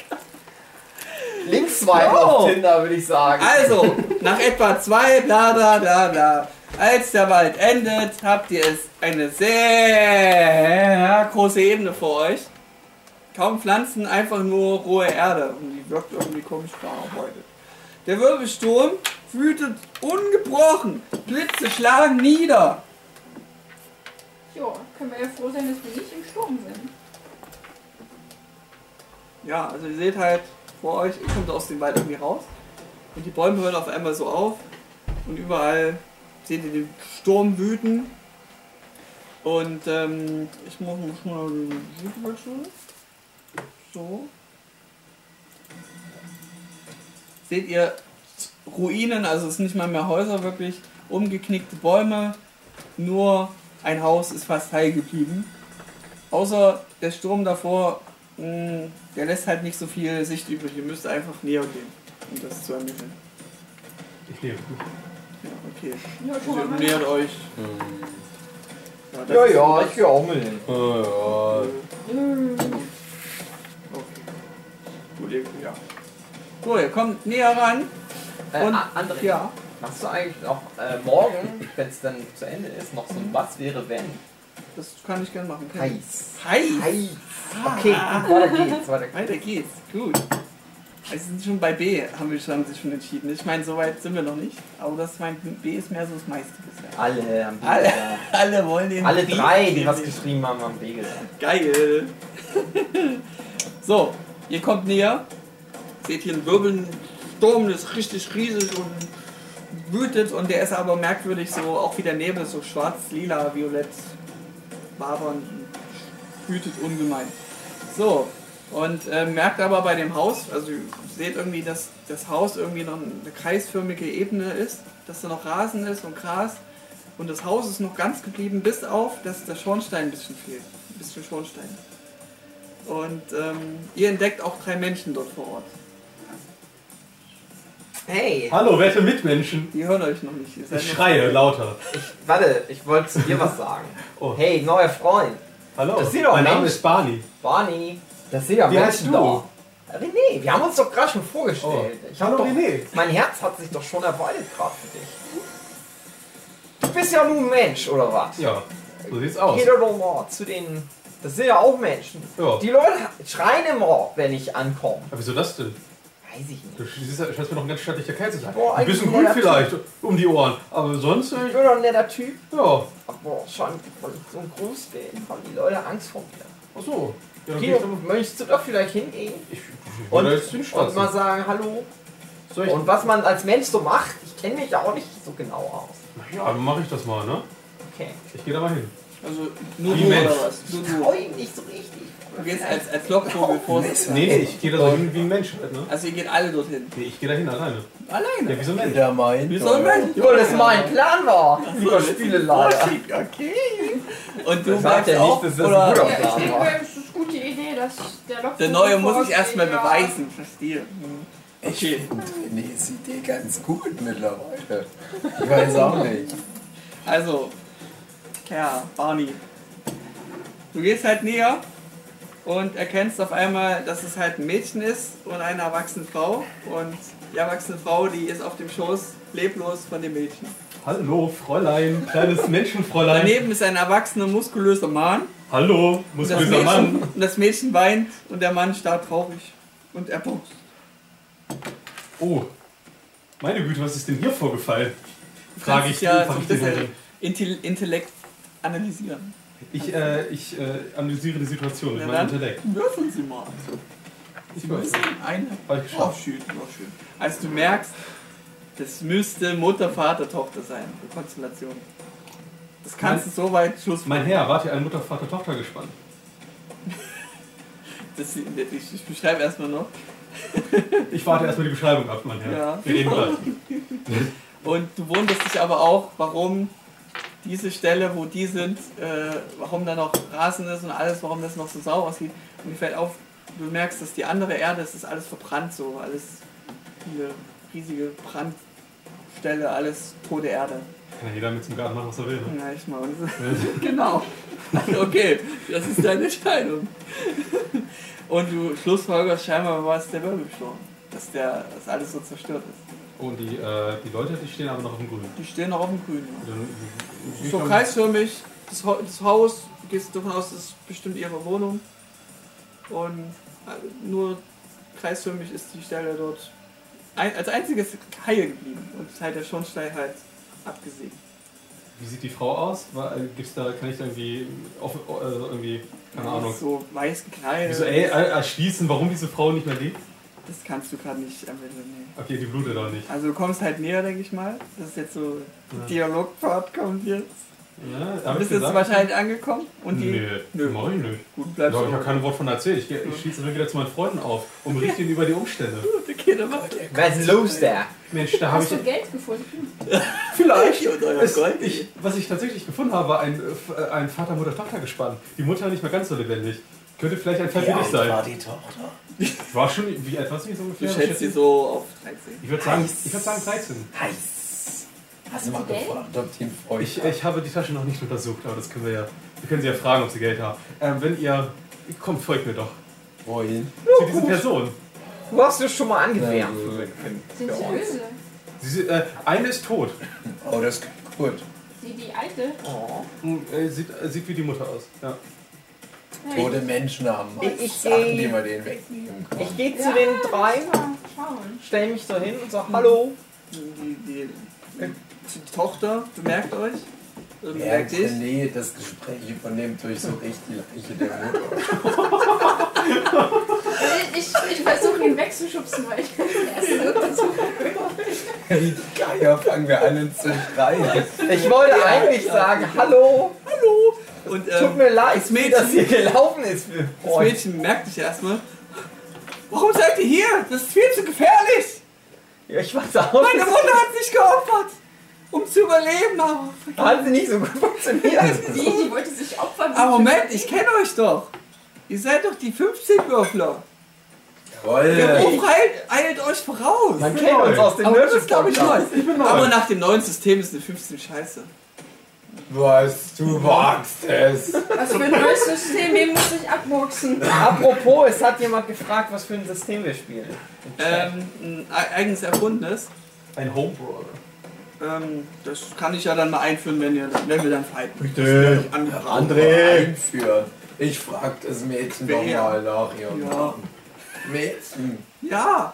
Links swipen auf
Oh.
Tinder, würde ich sagen.
Also, nach etwa zwei bla bla bla bla, als der Wald endet, habt ihr es eine sehr große Ebene vor euch. Kaum Pflanzen, einfach nur rohe Erde. Und die wirkt irgendwie komisch braun heute. Der Wirbelsturm wütet ungebrochen. Blitze schlagen nieder.
Jo, können wir ja froh sein, dass wir nicht im Sturm sind.
Ja, also ihr seht halt vor euch, ihr kommt aus dem Wald irgendwie raus und die Bäume hören auf einmal so auf und überall seht ihr den Sturm wüten. Und ähm, ich muss muss mal wüten. So. Seht ihr Ruinen, also es sind nicht mal mehr Häuser wirklich, umgeknickte Bäume, nur ein Haus ist fast heil geblieben. Außer der Sturm davor, mh, der lässt halt nicht so viel Sicht übrig. Ihr müsst einfach näher gehen, um das zu ermitteln.
Ich nehme.
Ja, okay.
Ja, schon
Also, ihr
mal.
nähert euch. das
Ja,
ist-
ja, ich gehe auch mit hin.
Oh,
Hm.
Okay. Gut, ihr, ja. So, ihr kommt näher ran.
Äh,
Und-
A- André,
Ja.
machst du eigentlich noch äh, morgen, wenn es dann zu Ende ist, noch so ein Was wäre wenn?
Das kann ich gerne machen.
Heiß.
Heiß.
Heiß. Okay, gut, weiter geht's. Weiter geht's.
Weiter geht's. Gut. Also sind schon bei B, haben wir schon, haben sich schon entschieden. Ich meine, so weit sind wir noch nicht. Aber das meint B ist mehr so das meiste bisher.
Alle haben B
Alle,
gesagt.
alle wollen den
Alle
Frieden
drei, die was
sehen.
geschrieben haben, haben B gesagt.
Geil. so, ihr kommt näher. Seht hier einen wirbelnden Sturm, das ist richtig riesig und wütet. Und der ist aber merkwürdig so, auch wie der Nebel, so schwarz, lila, violett, wabernd, wütet ungemein. So, und äh, merkt aber bei dem Haus, also ihr seht irgendwie, dass das Haus irgendwie noch eine kreisförmige Ebene ist, dass da noch Rasen ist und Gras. Und das Haus ist noch ganz geblieben, bis auf, dass der Schornstein ein bisschen fehlt. Ein bisschen Schornstein. Und ähm, ihr entdeckt auch drei Menschen dort vor Ort.
Hey,
Hallo, werte Mitmenschen.
Die hören euch noch nicht. Ihr seid
Ich
noch-
schreie lauter.
warte, ich wollte zu dir was sagen.
Oh.
Hey, neuer Freund.
Hallo,
Das sieht doch
mein Name
nicht.
ist Barney.
Barney, das sieht ja
Wie heißt
Menschen
du?
da. René, wir haben uns doch gerade schon vorgestellt.
Oh.
Ich hab
Hallo,
doch,
René.
Mein Herz hat sich doch schon erweitert gerade für dich. Du bist ja nun ein Mensch, oder was?
Ja, so sieht's aus.
Geh doch doch mal zu den... Das sind ja auch Menschen.
Ja.
Die Leute schreien immer, wenn ich ankomme.
Aber wieso das denn?
Weiß ich nicht.
Du siehst ja- scheinst mir noch ein ganz stattlicher Kerl zu sein.
Boah,
ein bisschen
eigentlich
grün
nervt.
vielleicht, um die Ohren. Aber sonst,
Ich
äh,
bin doch ein netter Typ.
ja.
Aber schon, weil ich so ein Gruß bin, haben die Leute Angst vor mir.
Achso. Ja, dann geh
Kino,
ich doch mal.
möchtest du doch vielleicht hingehen?
Ich, ich, ich
Und,
will da jetzt
und mal
hinschwatzen.
sagen, hallo.
Soll ich,
Und was man als Mensch so macht, ich kenne mich ja auch nicht so genau aus.
ja, dann mach ich das mal, ne?
Okay.
Ich gehe da mal hin.
Also nur
Wie
du
Mensch.
oder was? Nur du.
Trau ihm nicht so richtig.
Du gehst als, als Lockvogel vor.
Nee, nee, ich gehe da so hin wie ein Mensch halt, ne?
Also ihr geht alle dorthin.
Nee, ich gehe da hin alleine. Ja,
Alleine.
wie so ein Mensch.
Ja, mein.
Wir sollen gleich.
Jo, das mein Plan war. Lieber Spieleleiter.
Okay. Und du
Das sagt
sagst
ja
auch,
nicht, dass das ein
oder
guter
Ja, ich
Plan
denke,
war.
das ist eine gute Idee, dass der Lockvogel
der Neue muss ich
vorsteht,
erstmal
ja.
beweisen. Verstehe. Hm.
Ich finde René's Idee ganz gut mittlerweile. Ich weiß auch nicht.
Also, ja, Barney. Du gehst halt näher und erkennst auf einmal, dass es halt ein Mädchen ist und eine erwachsene Frau. Und die erwachsene Frau, die ist auf dem Schoß leblos von dem Mädchen.
Hallo, Fräulein, kleines Menschenfräulein.
Daneben ist ein erwachsener, muskulöser Mann.
Hallo,
Und das,
muskulöser
Mädchen,
Mann.
und das Mädchen weint und der Mann starrt traurig und erbost.
Oh, meine Güte, was ist denn hier vorgefallen?
Du
Frage
kannst
ich
es ja so
den, frage
ein
ich den
bisschen
Henry.
Intel- Intellekt analysieren.
Ich, äh, ich äh, analysiere die Situation mit
Na
meinem
dann.
Intellekt.
Würfeln Sie mal.
Ich
Du
weiß.
bist eine
Hab ich geschafft.
Aufschütteln, schön. Als du merkst, das müsste Mutter, Vater, Tochter sein, die Konstellation. Das kannst du soweit Schluss
Mein Herr, wart ihr ein Mutter, Vater, Tochter gespannt?
Das, ich, ich beschreibe erstmal noch.
Ich warte erstmal die Beschreibung ab, mein Herr.
Ja.
Wir reden gleich.
Und du wunderst dich aber auch, warum diese Stelle, wo die sind, äh, warum da noch Rasen ist und alles, warum das noch so sauer aussieht. Und mir fällt auf, du merkst, dass die andere Erde, es ist alles verbrannt so, alles viele riesige Brandstelle, alles tote Erde.
Kann ja jeder mit zum Garten machen, was er will. Ne?
Na, ich mal. genau. Also, okay, das ist deine Entscheidung. Und du schlussfolgerst scheinbar, war es der Wirbelsturm, dass, der, dass alles so zerstört ist.
Oh, und die, äh, die Leute, die stehen aber noch im Grün.
Die stehen noch auf dem Grün.
Dann-
Ja. So kreisförmig, das, Ho- das Haus, du gehst davon aus, das ist bestimmt ihre Wohnung. Und äh, nur kreisförmig ist die Stelle dort ein, als einziges heil geblieben. Und ist halt der Schornstein halt abgesägt.
Wie sieht die Frau aus? War- äh, Gibt's da, kann ich da irgendwie, auf, äh, irgendwie keine Ahnung,
So weiß gekleidet.
visuell er- erschließen, warum diese Frau nicht mehr lebt?
Das kannst du gerade nicht ermitteln. Nee.
Okay, die blutet auch nicht.
Also du kommst halt näher, denke ich mal. Das ist jetzt so
Ja.
Dialogpart kommt jetzt.
Ja,
Du
hab ich
bist jetzt
gesagt?
wahrscheinlich angekommen und die.
Nö,
Nö.
mach ich nicht.
Gut,
Da
bleibst
habe
du.
ich ja kein Wort von erzählt. Ich, geh- ich schließe mich wieder zu meinen Freunden auf und berichte ihnen über die Umstände.
Okay, dann mach ich.
Was ist los da?
Mensch, da habe
Hast
ich...
du Geld gefunden?
Vielleicht. Und euer
Es,
Gold.
ich, was ich tatsächlich gefunden habe, war ein, äh, F- äh, ein Vater-Mutter-Tochter-Gespann. Die Mutter nicht mehr ganz so lebendig. Könnte vielleicht ein
Wie
Verbindlich
alt war
sein.
die Tochter?
War schon, wie alt war sie so
Du
ungefähr?
schätzt sie so auf 13.
Ich würde sagen, ich würde sagen 13.
Heiß. Hast du mal
Sie Geld?
gefragt, ob die ein Freund
Ich,
hat?
ich habe die Tasche noch nicht untersucht, aber das können wir ja. Wir können sie ja fragen, ob sie Geld haben. Ähm, wenn ihr. Kommt, folgt mir doch.
Wohin?
Zu diesen Personen.
Du hast es schon mal angewärmt.
Also,
Sind sie böse?
Sie, sind- äh, eine ist tot.
Oh, das klingt gut.
Die, die alte?
Oh.
Hm, Äh, sieht, äh, sieht wie die Mutter aus. Ja.
Tote Menschen haben
Ich- ich
Sachen,
geh-
die man denen wegnehmen kann.
Ich gehe zu den drei,
Mal schauen.
stell mich so hin und sag
Hm.
Hallo.
Die, die, die Tochter bemerkt euch. äh, Bemerkt
Merkt
dich.
nee, das Gespräch übernimmt durch so richtig die Leiche der Mutter.
Ich, ich, ich versuche ihn wegzuschubsen, weil ich den ersten Look dazu
Hey, Geier, fangen wir an uns zu schreien.
Ich wollte eigentlich sagen Hallo.
Hallo. Und
Tut
ähm,
mir leid,
das Mädchen-
dass hier gelaufen ist. Für
das Mädchen merkt dich erstmal. Warum seid ihr hier? Das ist viel zu gefährlich.
Ja, ich weiß auch.
Meine
nicht.
Mutter hat sich geopfert, um zu überleben. Aber
Hat sie nicht so gut funktioniert.
Die, die wollte sich opfern.
Aber Ah, Moment, ich kenne euch doch. Ihr seid doch die 15-Würfler. Der
Jawohl.
Ruf eilt, eilt euch voraus.
Man kennt uns aus den
aber das ist, glaube ich,
Nerdship-Podcasts.
neu. Aber nach dem neuen System ist eine 15 scheiße.
Was? Du magst es.
Was Also für ein neues System, wem muss ich abmurksen?
Apropos, es hat jemand gefragt, was für ein System wir spielen.
Ähm, ein eigenes erfundenes.
Ein Homebrewer.
Ähm, das kann ich ja dann mal einführen, wenn, ihr, wenn wir dann fighten.
Richtig.
Andere-
André. Einführen. Ich frag das Mädchen doch
Wer?
mal nach ihrem
Ja.
Namen. Mädchen,
Ja,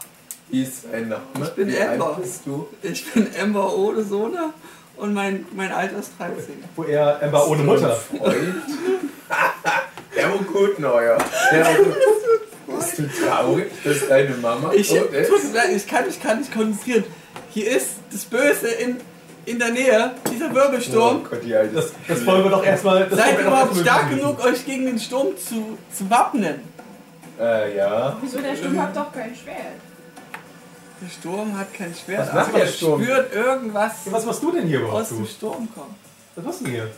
wie ist dein Name?
Ich bin
wie alt
Edward.
bist du?
ich bin Ember ohne Sohne und mein, mein Alter ist 13.
Wo er Ember ohne Mutter.
Hast du einen Freund? Der war gut, neuer. Der war gut. Bist du traurig, dass deine Mama
Ich,
tot ist?
tut mir leid, ich, kann, ich kann nicht konzentrieren. Hier ist das Böse in, in der Nähe, dieser
Oh
Wirbelsturm.
Gott, die alte.
Das, das wollen wir doch erstmal. das
Seid
wollen wir doch
überhaupt
erstmal
stark
besiegen.
genug, euch gegen den Sturm zu, zu wappnen.
Äh, ja.
Wieso, der Sturm hat doch kein Schwert.
Der Sturm hat kein Schwert,
Was macht
aber
der
er
Sturm?
spürt irgendwas
Ja, Was machst du denn hier
aus
überhaupt?
dem
Du?
Sturm kommt.
Was machst du denn hier?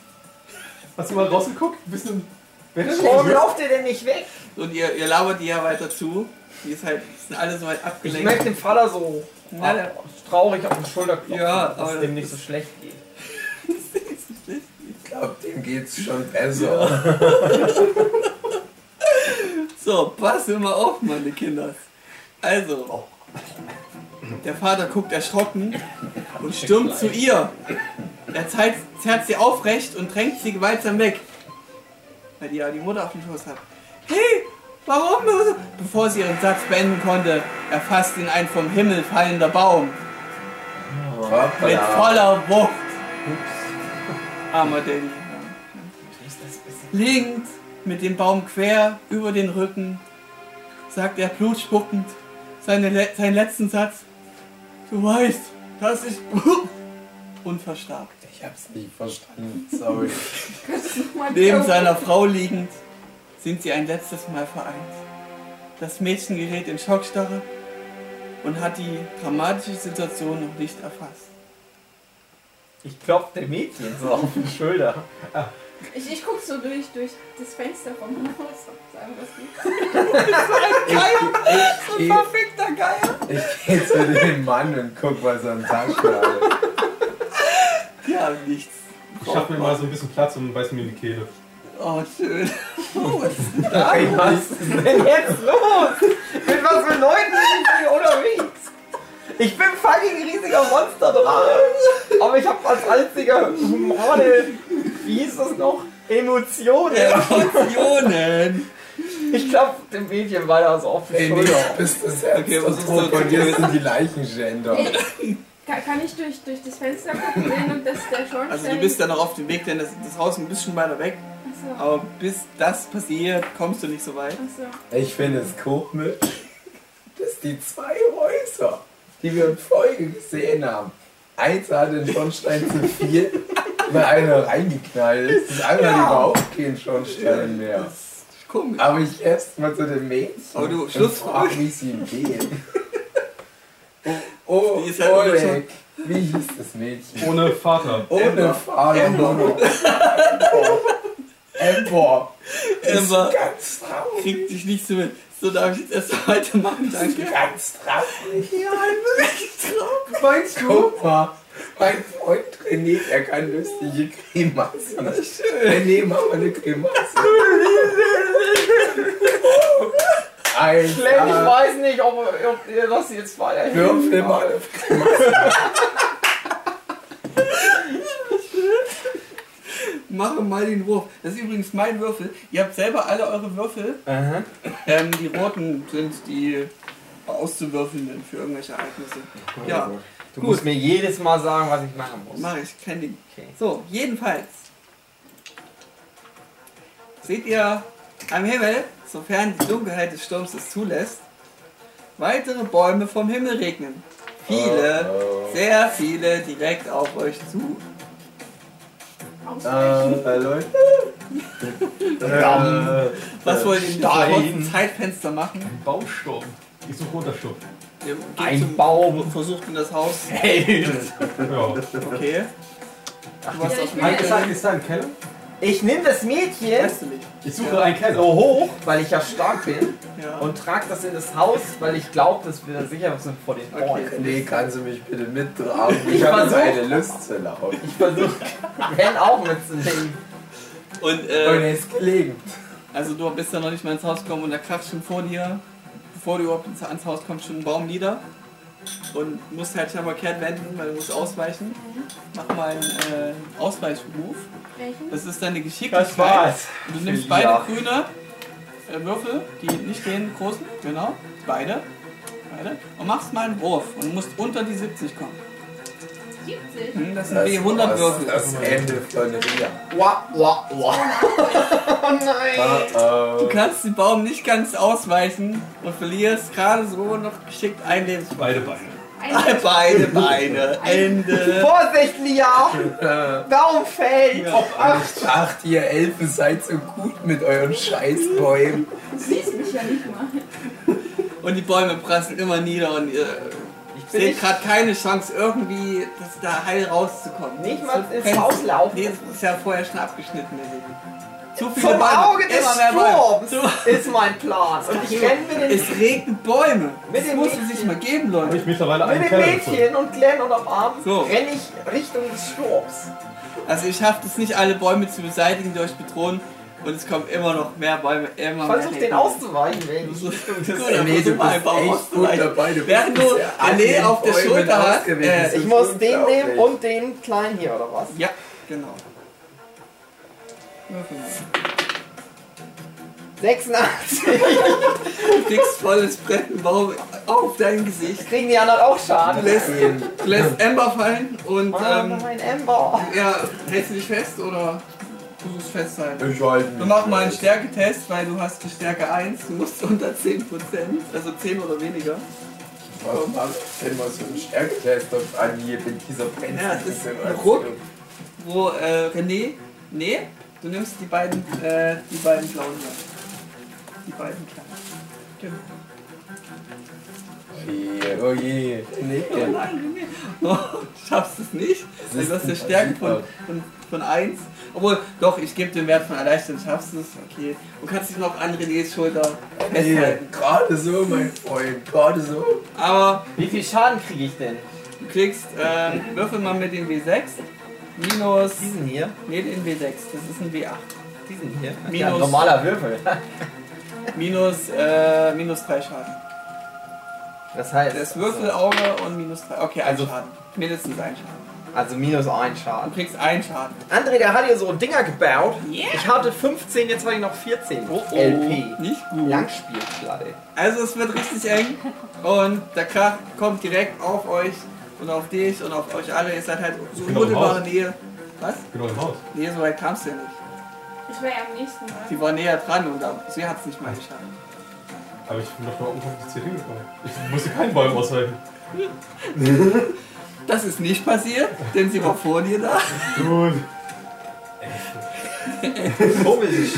Hast du mal rausgeguckt? Ein bisschen. Wer denn
Warum lauft ihr denn nicht weg?
Und ihr, ihr labert die ja weiter zu. Die ist halt, sind alle so weit
Ich
abgelenkt.
merke den Vater so
Na, der-
traurig auf die Schulter klopfen,
Ja,
dass
aber
es dem nicht so schlecht geht.
Ich glaube, dem geht's schon besser.
So, passen wir mal auf, meine Kinder. Also, der Vater guckt erschrocken und stürmt zu ihr. Er zerrt, zerrt sie aufrecht und drängt sie gewaltsam weg. Weil die ja die Mutter auf dem Schoß hat. Hey, warum? nur so? Bevor sie ihren Satz beenden konnte, erfasst ihn ein vom Himmel fallender Baum. Mit
Hoppala.
voller Wucht. Armer Daddy. Liegend mit dem Baum quer über den Rücken, sagt er blutspuckend seine, le- seinen letzten Satz. Du weißt, dass ich und verstarb.
Ich hab's nicht verstanden. Sorry.
Mal
Neben
gucken.
seiner Frau liegend sind sie ein letztes Mal vereint. Das Mädchen gerät in Schockstarre und hat die dramatische Situation noch nicht erfasst.
Ich klopfe dem Mädchen so auf die Schulter.
Ich, ich guck so durch, durch das Fenster vom Haus. Sagen wir es nicht.
Ich,
Oh,
Perfekter Geil!
ich geh zu dem Mann und guck, was er am Tag hat.
Ja, nichts.
Ich schaff mir mal so ein bisschen Platz und beiß mir in die Kehle.
Oh, schön. Oh, was ist denn da?
Ey, was ist denn jetzt los? Mit was für Leuten sind wir hier unterwegs? Ich bin fucking riesiger Monsterdrache. Aber ich habe als einziger Humor, den- wie hieß das noch? Emotionen.
Emotionen.
Ich klopfe dem Mädchen weiter so auf die
Ey,
Schulter.
nicht, bist das Herz
Okay, was
so
ist
tot
das?
und jetzt sind die Leichenschänder.
Kann, kann ich durch, durch das Fenster gucken sehen und dass der Schornstein...
Also du bist dann noch auf dem Weg, denn das, das Haus ist ein bisschen weiter weg.
Achso,
Aber bis das passiert, kommst du nicht so weit.
achso.
Ich finde es komisch, dass die zwei Häuser, die wir in Folge gesehen haben, eins hat den Schornstein zu viel, weil einer reingeknallt ist. Das andere hat überhaupt keinen Schornstein mehr.
Komisch.
Aber ich erst mal zu dem Mädchen
Aber du,
und
Schluss-
frag, wie es ihm geht. Oh,
Die
oh
ist halt
Oleg, wie hieß das Mädchen?
Ohne Vater.
Ohne Vater. Ember. Ember.
Ember.
Ist ganz traurig.
Krieg dich nicht so mit. So darf ich jetzt erst weitermachen, danke.
Ganz traurig.
Ja, ich bin drauf.
Meinst du? Guck mal, mein Freund trainiert, er kann lustige Grimassen. Das ist schön. Wir nehmen aber eine Grimasse.
Schlemm, ich
Alter,
weiß nicht, ob, ob ihr das jetzt weiter.
würfel mal auf
Mache mal den Wurf. Das ist übrigens mein Würfel. Ihr habt selber alle eure Würfel.
Aha.
Ähm, die roten sind die auszuwürfelnden für irgendwelche Ereignisse. Ja,
Du
Gut.
musst mir jedes Mal sagen, was ich machen muss.
mache ich. Kein Ding.
Okay.
So, jedenfalls. Seht ihr am Himmel, sofern die Dunkelheit des Sturms es zulässt, weitere Bäume vom Himmel regnen. Viele, sehr viele direkt auf euch zu.
Ausweichen.
Äh, Leute.
Äh,
Was wollt ihr in diesem
Äh, Stein.
kurzen Zeitfenster machen?
Baumsturm. Ich suche Untersturm.
Ihr geht
Ein
zum-
Baum.
Versucht in das Haus.
Hey.
Ja.
Okay. Du warst
Ja,
auf
ich
dem
will-
Weg.
da ein Keller?
Ich nehme das Mädchen,
Weißt du nicht?
Ich suche einen Keller hoch.
weil ich ja stark bin,
Ja.
und trage das in das Haus, weil ich glaube, dass wir da sicher sind vor den
Okay.
Ohren.
Nee, Oh, kannst du mich bitte mittragen? Ich
Ich
habe
versuch-
eine Lust zu laufen.
Ich versuche, Ren auch mitzunehmen.
Und
Und
äh,
er ist gelegen.
also du bist ja noch nicht mal ins Haus gekommen und da kracht schon vor dir, bevor du überhaupt ins- ans Haus kommst, schon ein Baum nieder. Und musst halt ja verkehrt wenden, weil du musst ausweichen.
Mhm.
Mach mal einen äh, Ausweichmove.
Welchen?
Das ist deine Geschicklichkeit.
Das war's.
Und du nimmst
Ja.
beide grüne äh, Würfel, die nicht den großen, genau, beide, beide, und machst mal einen Wurf und musst unter die 70 kommen.
70.
Hm, das sind
Das
W100
Also
war's.
Würfel.
Das Ende von Ria.
Wah, wah, wah. Oh nein.
Du
Oh, oh.
kannst den Baum nicht ganz ausweichen und verlierst gerade so noch geschickt ein Lebensmittel.
Beide Beine.
Ein
Beide Beine, Ende.
Vorsicht, Lia!
Äh,
Baum fällt! Auf acht!
Ach, ihr Elfen seid so gut mit euren Scheißbäumen.
Du siehst mich ja nicht mal.
Und die Bäume prasseln immer nieder und ihr
Ich bin
seht
nicht,
gerade keine Chance, irgendwie das da heil rauszukommen.
nicht
Das
mal
wird
ins
kein-
Haus
Nee,
laufen.
das ist ja vorher schon abgeschnitten. der Segen. Zu viele
Vom
Bäume.
Auge des
immer mehr Bäume.
Sturms
Zu-
ist mein Plan. Und ich renne mit den
Es regnet Bäume.
Mit
das
dem
muss man
Mädchen.
sich mal geben,
Habe
Leute.
ich mittlerweile einen
Mit dem
Keller gefunden.
Mädchen und Glenn unterm Arm
So.
renne ich Richtung des Sturms.
Also ich schaffe es nicht, alle Bäume zu beseitigen, die euch bedrohen. Und es kommen immer noch mehr Bäume, immer
Ich
mehr.
versuch den
Regenbäume.
auszuweichen, wegen
So,
ich
gut, dann
Nee,
versuch
du
mal
bist
einfach
echt gut
auszuweichen.
dabei. Du
Während
bist
du
ja an
Allee
den
auf der
Bäumen
Schulter hast,
ausgewichen.
äh,
Das ist
muss den nehmen
unglaublich.
und den kleinen hier, oder was?
Ja, genau. Würfel mal.
86.
Du kriegst volles Brettenbaum auf dein Gesicht.
Kriegen die anderen auch
Du
Schaden?
lässt, du lässt Ember fallen und
Oh
ähm,
nein, Ember.
ja, hältst du dich fest oder musst du fest sein?
Ich halte mich
Wir machen mal einen
fest.
Stärketest, weil du hast die Stärke 1, du musst unter 10%, also 10 oder weniger.
Was macht denn mal so ein Stärketest auf Anhieb in dieser Brennung?
Ja, das ist ein Ruck. Wo äh, René, nee, du nimmst die beiden, äh, die beiden blauen hier. Die beiden kleinen. Genau. Stimmt.
Oh je. Nee,
Oh nein, René. Oh, schaffst es nicht? Also du hast eine Stärke von, von, von 1. Obwohl, doch, ich gebe den Wert von erleichtern, schaffst du es, okay. Und kannst dich noch an Renés Schulter
nee,
festhalten.
gerade so, mein Freund, gerade so.
Aber
Wie viel Schaden kriege ich denn?
du kriegst, äh, würfel mal mit dem W6. Minus.
Diesen hier?
Nee, den W6, das ist ein W8.
Diesen hier? Minus. Ja,
Minus-
normaler Würfel.
Minus, äh, minus 3 Schaden.
Das heißt,
Das Würfelauge und minus 3. Okay, ein
Also-
Schaden. Mindestens ein Schaden.
also minus ein
Du
Schaden.
kriegst einen Schaden.
André, der hat hier so Dinger gebaut.
Yeah.
Ich hatte 15, jetzt war ich noch 14. LP.
Oh, Nicht gut.
Langspielplatte.
Also es wird richtig eng und der Krach kommt direkt auf euch und auf dich und auf euch alle. Ihr seid halt so
bin doch Genau, im
unmittelbare
Haus.
Nähe. Was?
Genau im Haus.
Nee, so weit kamst du ja nicht.
Ich wäre ja am nächsten Mal.
Sie war näher dran und dann- sie hat es nicht mal geschafft.
Aber ich bin doch mal unkompliziert hingekommen. Ich musste keinen Bäumen ausweichen.
Das ist nicht passiert, denn sie war vor dir da.
Gut.
Komisch.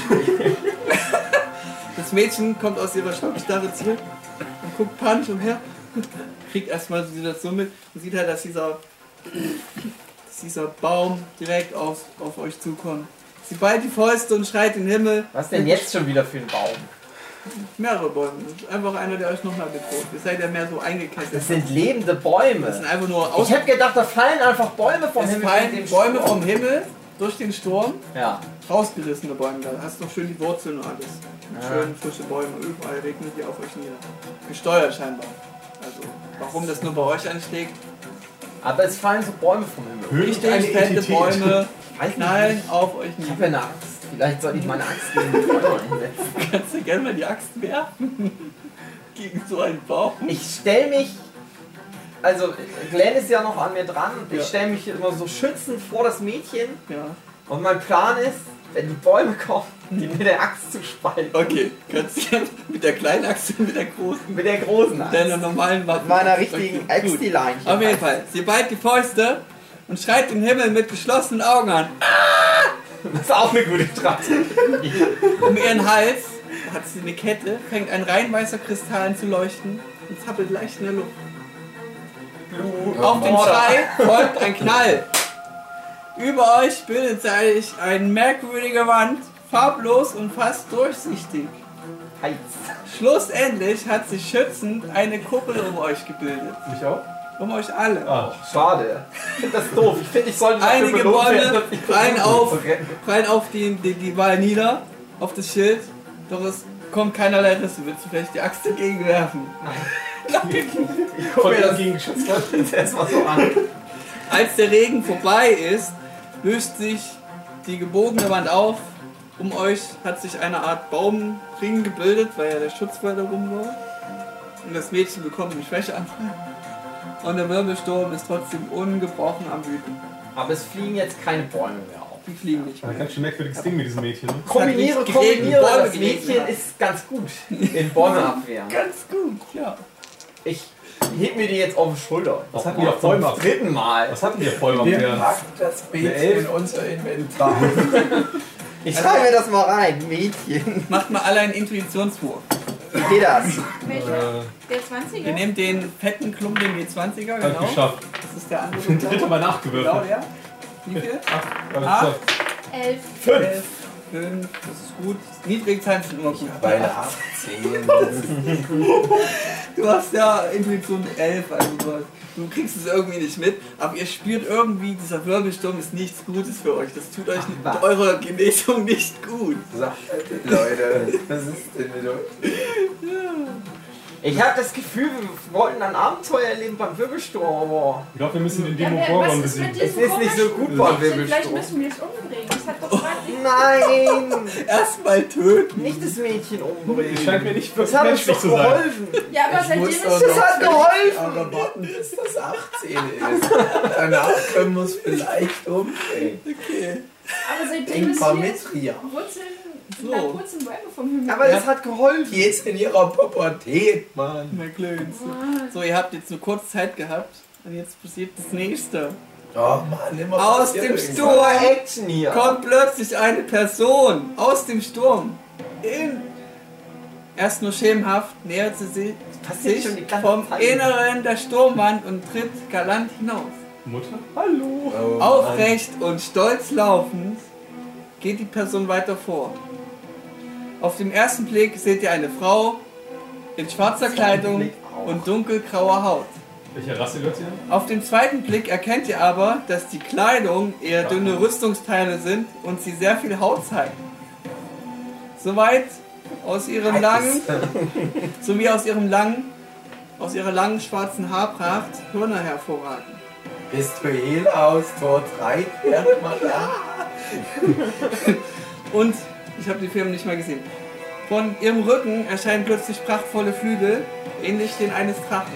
Das Mädchen kommt aus ihrer Schockstarre zurück und guckt panisch umher, kriegt erstmal die Situation mit und sieht halt, dass dieser, dass dieser Baum direkt auf, auf euch zukommt. Sie ballt die Fäuste und schreit in den Himmel.
Was denn jetzt schon wieder für ein Baum?
Mehrere Bäume. Das ist einfach einer, der euch nochmal bedroht. Ihr seid ja mehr so eingekesselt.
Das sind lebende Bäume.
Das sind einfach nur
Ich
aus
hab gedacht, da fallen einfach Bäume vom
es
Himmel.
fallen
mit dem
Bäume
Sturm.
vom Himmel durch den Sturm.
Ja.
Rausgerissene Bäume da. Hast noch schön die Wurzeln und alles.
Ja.
Schön frische Bäume. Überall regnen die auf euch nieder. Gesteuert scheinbar. Also, warum das nur bei euch anschlägt,
Aber es fallen so Bäume vom Himmel. Halt
Richtig fette Bäume
Weiß
knallen
nicht.
auf euch
Ich
nieder.
habe eine Axt. Vielleicht sollte ich meine Axt gegen die Bäume einsetzen.
Kannst du gerne mal die Axt werfen? Gegen so einen Baum.
Ich stelle mich. Also, Glenn ist ja noch an mir dran. Ich
Ja.
stelle mich immer so schützend vor das Mädchen.
Ja.
Und mein Plan ist, wenn die Bäume kommen, die mit der Axt zu spalten.
Okay, kannst du gerne mit der kleinen Axt und mit der großen,
Mit der großen
mit
Axt.
deiner normalen Waffe.
Mit meiner richtigen
Okay, gut.
Axt, die Leinchen.
Auf jeden Fall, sie ballt die Fäuste und schreit den Himmel mit geschlossenen Augen an.
Das ist auch eine gute Strategie.
Um ihren Hals hat sie eine Kette, fängt ein rein weißer Kristall an zu leuchten und zappelt leicht in der Luft.
Du
Auf den
Mörder.
Schrei folgt ein Knall. Über euch bildet sich ein merkwürdiger Wand, farblos und fast durchsichtig.
Heiß.
Schlussendlich hat sich schützend eine Kuppel um euch gebildet.
Mich auch?
Um euch alle.
Ah,
Schade. Ich finde das doof. Ich finde, ich sollte dafür
Einige
belohnt
Bäume
werden, dass ich
prallen
versuche,
auf.
zu retten.
Prallen auf die, die, die Wahl nieder, auf das Schild, doch es kommt keinerlei Risse. Willst du vielleicht die Axt dagegen werfen?
Ich
von
gucke mir
denen
das
gegengeschützt.
jetzt erstmal so an.
Als der Regen vorbei ist, löst sich die gebogene Wand auf. Um euch hat sich eine Art Baumring gebildet, weil ja der Schutzwall darum war. Und das Mädchen bekommt einen Schwächeanfall. Und der Wirbelsturm ist trotzdem ungebrochen am Wüten.
Aber es fliegen jetzt keine Bäume mehr auf.
Die fliegen nicht
Ein
mehr.
ganz schön merkwürdiges Ding mit diesem Mädchen. Ne?
Kombiniere,
hat nicht geregnet,
kombiniere.
Bäume
Das
geregnet
Mädchen
hat.
ist ganz gut in Bäume abwehren.
Ganz gut, ja.
Ich heb mir die jetzt auf die Schulter.
Was hat
Boah,
die auf Bäume
Zum
ab-
dritten Mal.
Was hatten wir Vollmann?
Wir
Ja.
packen das
Eine
Mädchen
Elf.
in unser Inventar.
Ich schreibe mir das mal rein. Mädchen.
Macht mal alle einen Intuitionswurf.
Wie geht das?
Welcher?
Äh,
Der
Ihr
20er?
nehmt den fetten Klumpen den D20er,
hab ich
genau.
geschafft.
Das ist der andere.
Dritte
Genau,
Mal nachgewürfelt.
ja. Wie viel?
Alles klar.
11.
Fünf. Fünf, das ist gut. Niedrigzahlen sind immer gut.
Beide 18.
Du hast ja Intuition 11, also du, hast, du kriegst es irgendwie nicht mit, aber ihr spürt irgendwie, dieser Wirbelsturm ist nichts Gutes für euch. Das tut euch mit
was?
eurer Genesung nicht gut.
Sagt, Leute, was ist denn mit euch?
Ich habe das Gefühl, wir wollten ein Abenteuer erleben beim Wirbelsturm, aber
Ich glaube, wir müssen den
Ja,
Demo
wer-
Gorgon
was ist mit
besiegen.
es ist nicht so gut beim
Vielleicht
Wirbelsturm.
müssen wir es umbringen. Das hat doch gerade
Nein!
Erstmal töten.
Nicht das Mädchen
Es
umbringen.
scheint mir nicht
Das
wirklich
hat uns
menschlich
doch
zu sein.
geholfen.
Ja, aber seitdem
muss
ist
doch
das
Das hat
Aber
geholfen.
warten, bis das 18 ist. Danach können wir es vielleicht um umbringen.
Aber seitdem
Ein
ist
paar
hier
Mitria.
Wurzeln,
So.
so. Wurzeln Bäume vom Himmel.
Aber das hat geholfen.
Die ist in ihrer Pubertät, Mann.
Na klönst du. So, ihr habt jetzt nur kurze Zeit gehabt und jetzt passiert das nächste.
Oh Mann, immer
Aus
passiert
dem
irgendwas.
Sturm.
Nur Action hier.
Kommt plötzlich eine Person aus dem Sturm. In. Erst nur schemenhaft nähert sie sich
passiert
sich
schon die ganze
vom
Zeit.
Inneren der Sturmwand und tritt galant hinaus.
Mutter?
Hallo.
Oh,
Aufrecht und stolz laufend geht die Person weiter vor. Auf dem ersten Blick seht ihr eine Frau in schwarzer Kleidung
Blick auch.
und dunkelgrauer Haut.
Welche Rasse gehört sie an?
Auf dem zweiten Blick erkennt ihr aber, dass die Kleidung eher dünne Rüstungsteile sind und sie sehr viel Haut zeigen. Soweit aus ihrem langen, sowie aus ihrem langen, aus ihrer langen schwarzen Haarpracht Hörner hervorragen.
Mann. Bist du Hehl aus Tor 3? Wäre mal da.
Und ich habe die Firmen nicht mal gesehen. Von ihrem Rücken erscheinen plötzlich prachtvolle Flügel, ähnlich den eines Drachen.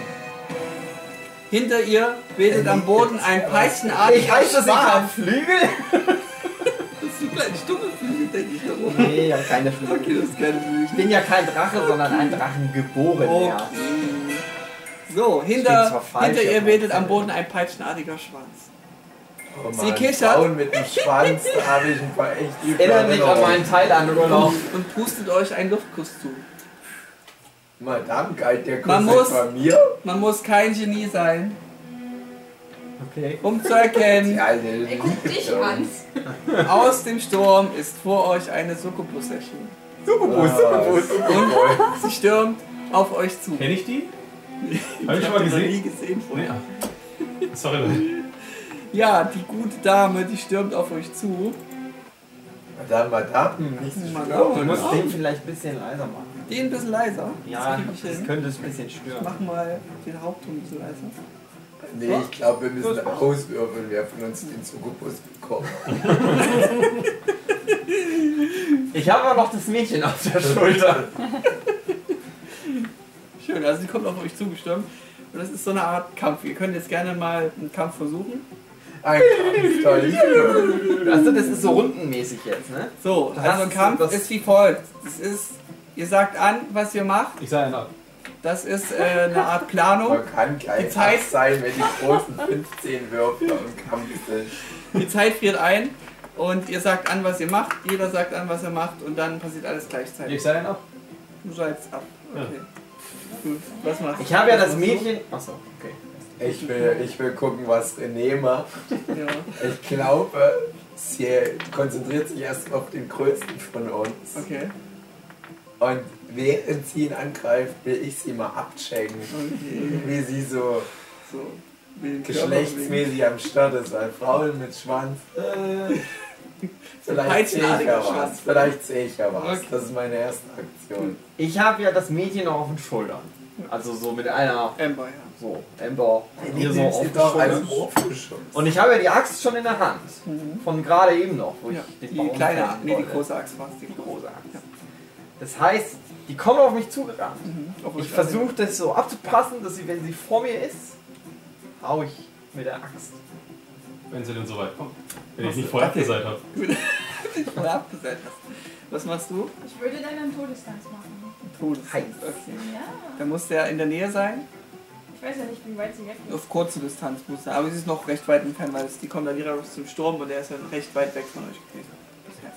Hinter ihr weht am Boden ein
Ich
peitschenartiger
heiße das nicht
Schwarm.
am Flügel.
Das sind kleine stumme Flügel, denke ich darum.
Nee, ich hab keine Flügel.
Okay, das ist keine Flügel.
Ich bin ja kein Drache, sondern ein Drachengeborener.
Okay. So, hinter,
zwar falsch,
hinter ihr
aber- äh,
weht am Boden ein peitschenartiger Schwanz.
Oh
Sie kichert.
Frauen mit dem Schwanz, da habe ich ein paar echt üble
Erinnert mich an meinen Thailand Urlaub.
Und pustet euch einen Luftkuss zu.
Madame galt der
Man
Kuss
muss-
bei mir.
Man muss kein Genie sein,
Okay.
um zu erkennen,
Ja, der
Er guckt dich an.
aus dem Sturm ist vor euch eine Succubus erschienen.
Succubus, Succubus.
Und sie stürmt auf euch zu.
Kenn ich die? Hab ich schon
hab
mal
die noch
gesehen?
nie gesehen vorher.
Nee. Sorry, Leute.
Ja, die gute Dame, die stürmt auf euch zu.
Madame, Madame, nicht so
Madame.
Du
ne?
schlau.
musst den vielleicht ein bisschen leiser machen.
Die ein bisschen leiser.
Ja,
das krieg ich
das
hin.
könnte es ein bisschen stören.
Mach mal den Hauptton ein bisschen leiser.
Nee, ich glaube, wir müssen auswürfeln, wer von uns den Succubus bekommt.
Ich habe aber noch das Mädchen auf der Schulter.
Schön, also sie kommt auf euch zugestürmt. Und das ist so eine Art Kampf. Ihr könnt jetzt gerne mal einen Kampf versuchen.
Ein Kampf der Liebe.
Achso, Also, das ist so rundenmäßig jetzt, ne?
So,
Das
also
ist-
Kampf
das-
ist wie folgt. Das ist, ihr sagt an, was ihr macht.
Ich sah einen ab.
Das ist äh, eine Art Planung.
Man kann gleich
Die Zeit-
acht sein, wenn die großen 15 Würfel im Kampf sind.
Die Zeit friert ein. Und ihr sagt an, was ihr macht. Jeder sagt an, was er macht. Und dann passiert alles gleichzeitig.
Ich sah einen ab.
Du sollst ab. Okay. Gut, was machst du?
Ich habe ja das
Was
Mädchen. Achso, okay.
Ich will, ich will gucken, was René macht.
Ja.
Ich glaube, sie konzentriert sich erst auf den größten von uns.
Okay.
Und während sie ihn angreift, will ich sie mal abchecken.
Okay.
Wie sie so
So. Wegen
geschlechtsmäßig am Start ist, weil Frauen mit Schwanz. Äh, vielleicht sehe ich ja
Peitschenartiger
was.
Schwanz.
Vielleicht sehe ich ja was.
Okay.
Das ist meine erste Aktion.
Ich habe ja das Mädchen noch auf den Schultern. Also so mit einer,
Amber, ja.
so, Ember, hier so
Nimm
auf
sie
den
doch als
Schultern.
Aufgeschossen.
Und ich habe ja die Axt schon in der Hand. Von gerade eben noch, wo
Mhm. ja.
ich den
Die
Baum
kleine,
fällen
nee, die
wollte.
große Axt war es. Die
Die
große.
große Axt. Das heißt, die kommen auf mich zugerannt.
Obwohl
Ich versuche das so abzupassen, dass sie, wenn sie vor mir ist, hau ich mit der Axt.
Wenn sie denn so weit kommt. Wenn ich nicht vorher abgesagt habe.
dich mal abgesetzt hast. Was machst du?
Ich würde dann einen Todestanz machen.
Todes.
Heiß.
Okay.
Ja.
Da muss der in der Nähe sein.
Ich weiß ja nicht, wie weit sie weg ist.
Auf kurze Distanz muss er. Aber es ist noch recht weit entfernt, weil es, die kommen dann direkt aus dem Sturm und der ist dann recht weit weg von euch gewesen.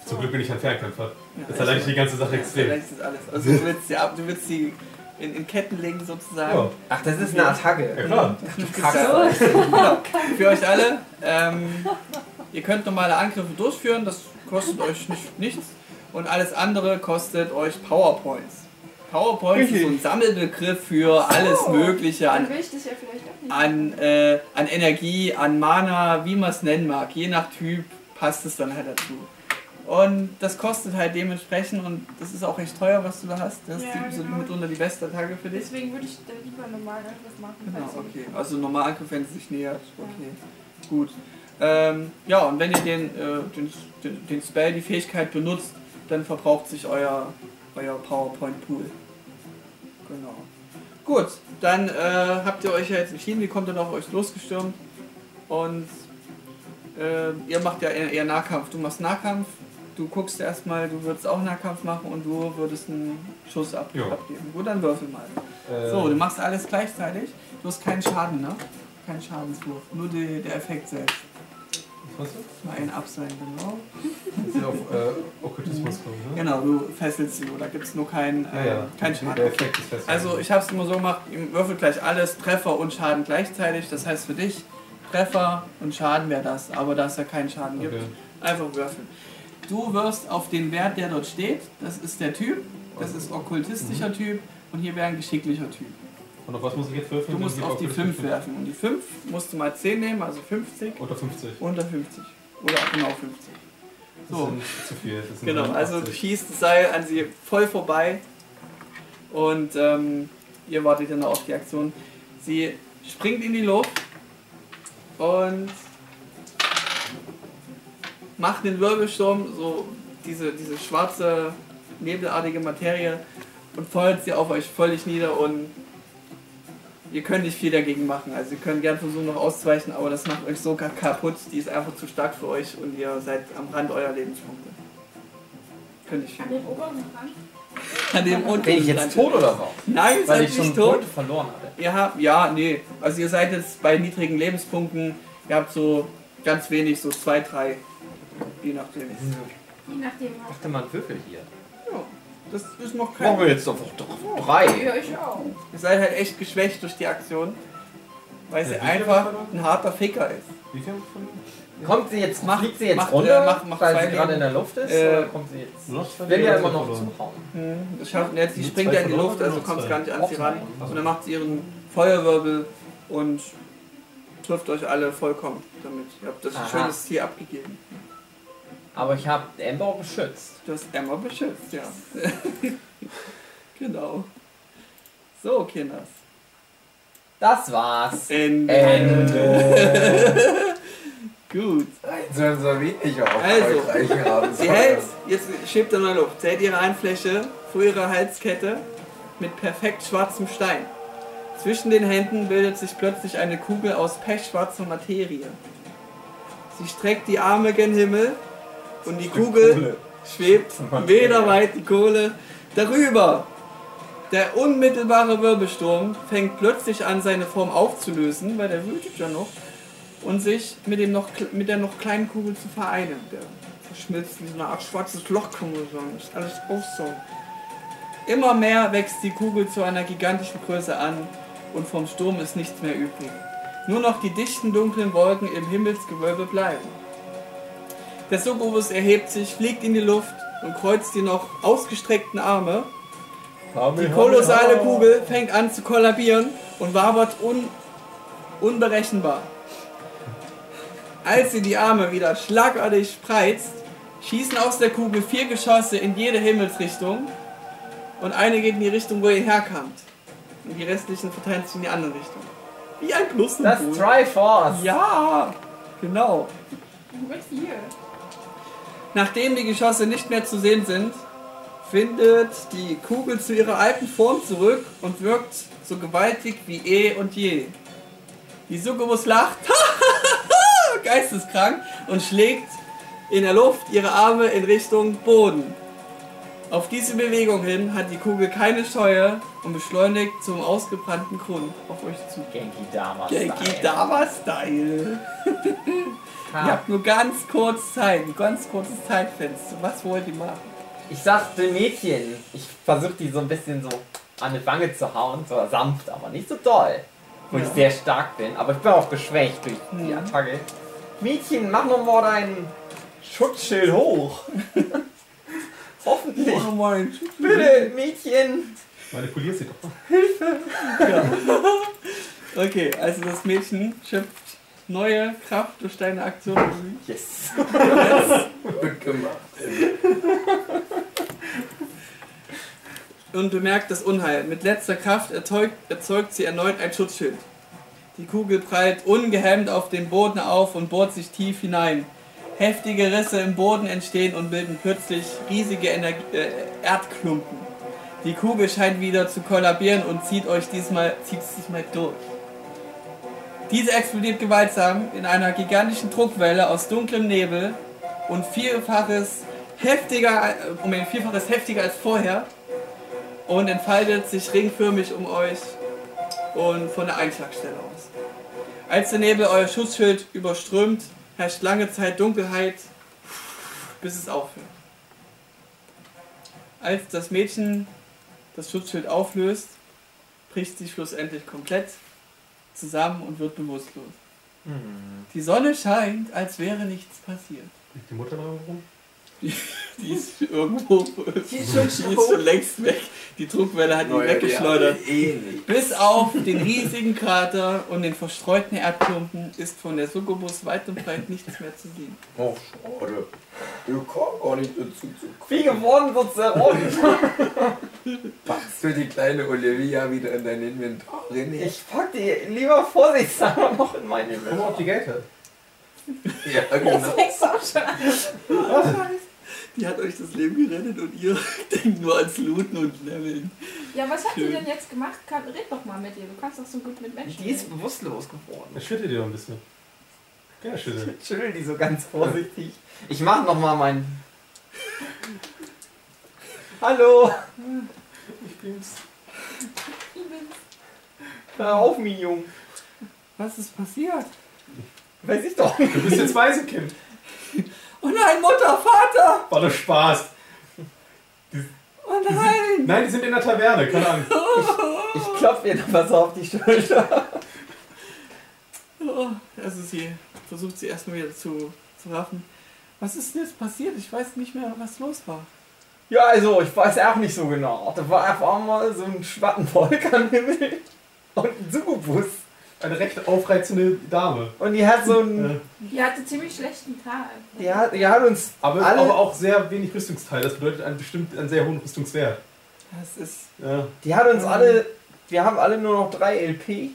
Zum Glück bin ich ein Fernkämpfer.
Ja, also
Das erleichtert die ganze Sache extrem.
Vielleicht ist alles. Also du willst sie ab, du willst sie in, in Ketten legen sozusagen.
Ja,
Ach, das ist eine
ja
Attacke.
klar.
Kacke.
Genau. Für euch alle. Ähm, ihr könnt normale Angriffe durchführen, das kostet euch nicht, nichts. Und alles andere kostet euch Powerpoints. Powerpoints ist so ein Sammelbegriff für alles
Oh.
Mögliche an
Dann will ich das ja vielleicht auch nicht.
an, äh, an Energie, an Mana, wie man es nennen mag. Je nach Typ passt es dann halt dazu. Und das kostet halt dementsprechend und das ist auch recht teuer, was du da hast. Das
Ja,
ist die, so
genau.
mitunter die beste Attacke für dich.
Deswegen würde ich dann lieber normal Angriff machen.
Genau,
falls sie-
okay. Also normal Angriff, wenn sie sich nähert. Okay, gut. Ähm, ja, und wenn ihr den, äh, den, den, den Spell, die Fähigkeit benutzt, dann verbraucht sich euer, euer PowerPoint-Pool. Genau. Gut, dann äh, habt ihr euch ja jetzt entschieden, die kommt dann auf euch losgestürmt. Und äh, ihr macht ja eher, eher Nahkampf. Du machst Nahkampf, du guckst erstmal, du würdest auch Nahkampf machen und du würdest einen Schuss ab
Ja.
abgeben. Gut, dann würfel mal.
Äh,
So, du machst alles gleichzeitig. Du hast keinen Schaden, ne? Kein Schadenswurf. Nur die, der Effekt selbst.
was hast du?
Mal ein Abseilen, genau.
Das ist auf äh, Okkultismus, glaube ich, ne?
Genau, du fesselst sie. Da gibt es nur keinen
Ja,
äh,
ja.
keinen
Der
Schaden.
Effekt ist fest.
Also, ich habe es immer so gemacht: ich würfel gleich alles, Treffer und Schaden gleichzeitig. Das heißt für dich, Treffer und Schaden wäre das. Aber da es ja keinen Schaden gibt,
Okay.
einfach würfeln. Du wirfst auf den Wert, der dort steht. Das ist der Typ. Das ist okkultistischer
Mhm.
Typ. Und hier wäre ein geschicklicher Typ.
Und auf was muss ich jetzt würfeln?
Du musst
Damit
auf die
Okkultismus
5
bin?
werfen. Und die 5 musst du mal 10 nehmen, also 50.
Unter 50.
Unter 50. Oder genau 50.
Das
So.
ist nicht zu viel. Das sind
Genau, also du
80.
schießt das Seil an sie voll vorbei. Und ähm, ihr wartet dann auf die Aktion. Sie springt in die Luft und macht den Wirbelsturm, so diese, diese schwarze, nebelartige Materie und feuert sie auf euch völlig nieder und ihr könnt nicht viel dagegen machen. Also ihr könnt gern versuchen noch auszuweichen, aber das macht euch so ka- kaputt, die ist einfach zu stark für euch und ihr seid am Rand eurer Lebenspunkte. Könnt ich
An den oberen Rand.
an dem unten.
Bin ich jetzt tot oder was?
Nein, ihr
Weil
seid
ich schon
nicht tot.
Punkte verloren hatte.
Ihr habt, ja, nee. Also ihr seid jetzt bei niedrigen Lebenspunkten. Ihr habt so ganz wenig, so zwei, drei. Je nachdem.
Je nachdem
Ich
was.
dachte, man würfelt hier.
Ja, das ist noch kein.
Machen wir jetzt einfach doch drei.
Für euch auch.
Ihr seid halt echt geschwächt durch die Aktion. Weil sie
Ja, wie viel
einfach
hast du verloren?
ein harter Ficker ist.
Wie viel von mir?
Kommt sie jetzt,
Macht-
fliegt sie jetzt
macht-
runter,
äh, macht- macht zwei
weil sie
Leben.
gerade in der Luft ist?
Äh,
oder kommt sie jetzt?
Noch zwei
Ich will ja immer
Leben
noch
verloren.
zuhauen.
Das schafft, jetzt, sie
Nur
springt
zwei
ja in die
verloren
Luft,
oder
also
nur
kommt
zwei?
gar nicht an sie
Auch
ran.
nein.
Und dann macht sie ihren Feuerwirbel und trifft euch alle vollkommen damit. Ihr habt das
Aha.
schönes Tier abgegeben.
Aber ich habe Amber beschützt.
Du hast Emma beschützt, ja. genau. So, Kinders.
Das war's.
Ende.
Ende.
Gut.
Nein, sollen sie weniger
Also.
erfolgreich haben.
Sie hält, jetzt schiebt er mal Luft. Sie hält ihre Einfläche vor ihrer Halskette mit perfekt schwarzem Stein. Zwischen den Händen bildet sich plötzlich eine Kugel aus pechschwarzer Materie. Sie streckt die Arme gen Himmel und die Kugel schwebt weder weit die Kohle darüber. Der unmittelbare Wirbelsturm fängt plötzlich an, seine Form aufzulösen, weil der wütet ja noch, und sich mit, dem noch, kle- mit der noch kleinen Kugel zu vereinen. Der verschmilzt wie so eine Art schwarzes Loch, kann man sagen. Ist alles aufsaugen. Immer mehr wächst die Kugel zu einer gigantischen Größe an und vom Sturm ist nichts mehr übrig. nur noch die dichten dunklen Wolken im Himmelsgewölbe bleiben. Der Succubus erhebt sich, fliegt in die Luft und kreuzt die noch ausgestreckten Arme. Die kolossale
Oh.
Kugel fängt an zu kollabieren und wabert un unberechenbar. Als sie die Arme wieder schlagartig spreizt, schießen aus der Kugel vier Geschosse in jede Himmelsrichtung und eine geht in die Richtung, wo ihr herkamt. Und die restlichen verteilen sich in die andere Richtung. Wie ein
Das
Plus-Symbol.
Triforce.
Ja, genau.
Gut hier.
Nachdem die Geschosse nicht mehr zu sehen sind, findet die Kugel zu ihrer alten Form zurück und wirkt so gewaltig wie eh und je. Die Succubus lacht, geisteskrank, und schlägt in der Luft ihre Arme in Richtung Boden. Auf diese Bewegung hin hat die Kugel keine Scheue und beschleunigt zum ausgebrannten Grund auf euch zu.
Genki Dama.
Genki Dama-Style. Ihr
Ja.
habt nur ganz kurz Zeit, ein ganz kurzes Zeitfenster. Was wollt ihr machen?
Ich dachte Mädchen. Ich versuche die so ein bisschen so an die Wange zu hauen. So sanft, aber nicht so doll. Wo ich sehr stark bin. Aber ich bin auch geschwächt durch die
Mhm.
Attacke. Mädchen, mach noch mal dein Schutzschild hoch. Hoffentlich.
Oh mein
Bitte, Mädchen.
Manipuliert sie doch.
Okay, also das Mädchen schöpft neue Kraft durch deine Aktion.
Yes.
und bemerkt das Unheil. Mit letzter Kraft erzeugt, erzeugt sie erneut ein Schutzschild. Die Kugel prallt ungehemmt auf den Boden auf und bohrt sich tief hinein. Heftige Risse im Boden entstehen und bilden plötzlich riesige Energie, äh, Erdklumpen. Die Kugel scheint wieder zu kollabieren und zieht euch diesmal, zieht diesmal durch. Diese explodiert gewaltsam in einer gigantischen Druckwelle aus dunklem Nebel und vielfaches heftiger, äh, um ein Vielfaches heftiger als vorher und entfaltet sich ringförmig um euch und von der Einschlagstelle aus. Als der Nebel euer Schutzschild überströmt, herrscht lange Zeit Dunkelheit, bis es aufhört. Als das Mädchen das Schutzschild auflöst, bricht sie schlussendlich komplett zusammen und wird bewusstlos. Die Sonne scheint, als wäre nichts passiert.
Liegt die Mutter da rum?
Die ist irgendwo, die
ist schon
ist schon längst weg. Die Druckwelle hat ihn weggeschleudert.
eh
Bis auf den riesigen Krater und den verstreuten Erdklumpen ist von der Succubus weit und breit nichts mehr zu sehen.
Oh, schade. Wir kommen gar nicht dazu zu
Wie geworden wird's herum.
Packst du die kleine Olivia wieder in dein Inventar rein?
Ich pack die lieber vorsichtshalber noch in meine
Guck mal, ob die Geld hat.
Ja, genau.
Sechs auch schon.
Die hat euch das Leben gerettet und ihr denkt nur ans Looten und Leveln.
Ja, was hat
Schön.
sie denn jetzt gemacht? Kann, red doch mal mit ihr. Du kannst doch so gut mit Menschen
Die ist
reden.
bewusstlos geworden.
Er schüttelt dir doch ein bisschen. Ja, schüttelt.
Ich schüttel die so ganz vorsichtig. Ich mach noch mal mein. Hallo!
Ich bin's.
Hör auf, mein Junge!
Was ist passiert?
Weiß ich doch.
Du bist jetzt Waisenkind.
Oh nein, Mutter, Vater!
War doch Spaß.
Oh nein!
Nein, die sind in der Taverne, keine Angst.
Ich klopf ihr noch was auf die Schulter.
Oh, also sie versucht sie erstmal wieder zu, zu raffen. Was ist denn jetzt passiert? Ich weiß nicht mehr, was los war.
Ja, also, ich weiß auch nicht so genau. Da war einfach mal so ein Schwattenvolk am Himmel. Und ein Succubus.
Eine recht aufreizende Dame.
Und die hat so
Äh,
ein.
Die hatte ziemlich schlechten Tag.
Die hat, die hat uns.
Aber,
Alle-
aber auch sehr wenig Rüstungsteil. Das bedeutet einen bestimmt einen sehr hohen Rüstungswert.
Das ist
Ja,
Die hat uns alle. Wir haben alle nur noch drei LP.
ich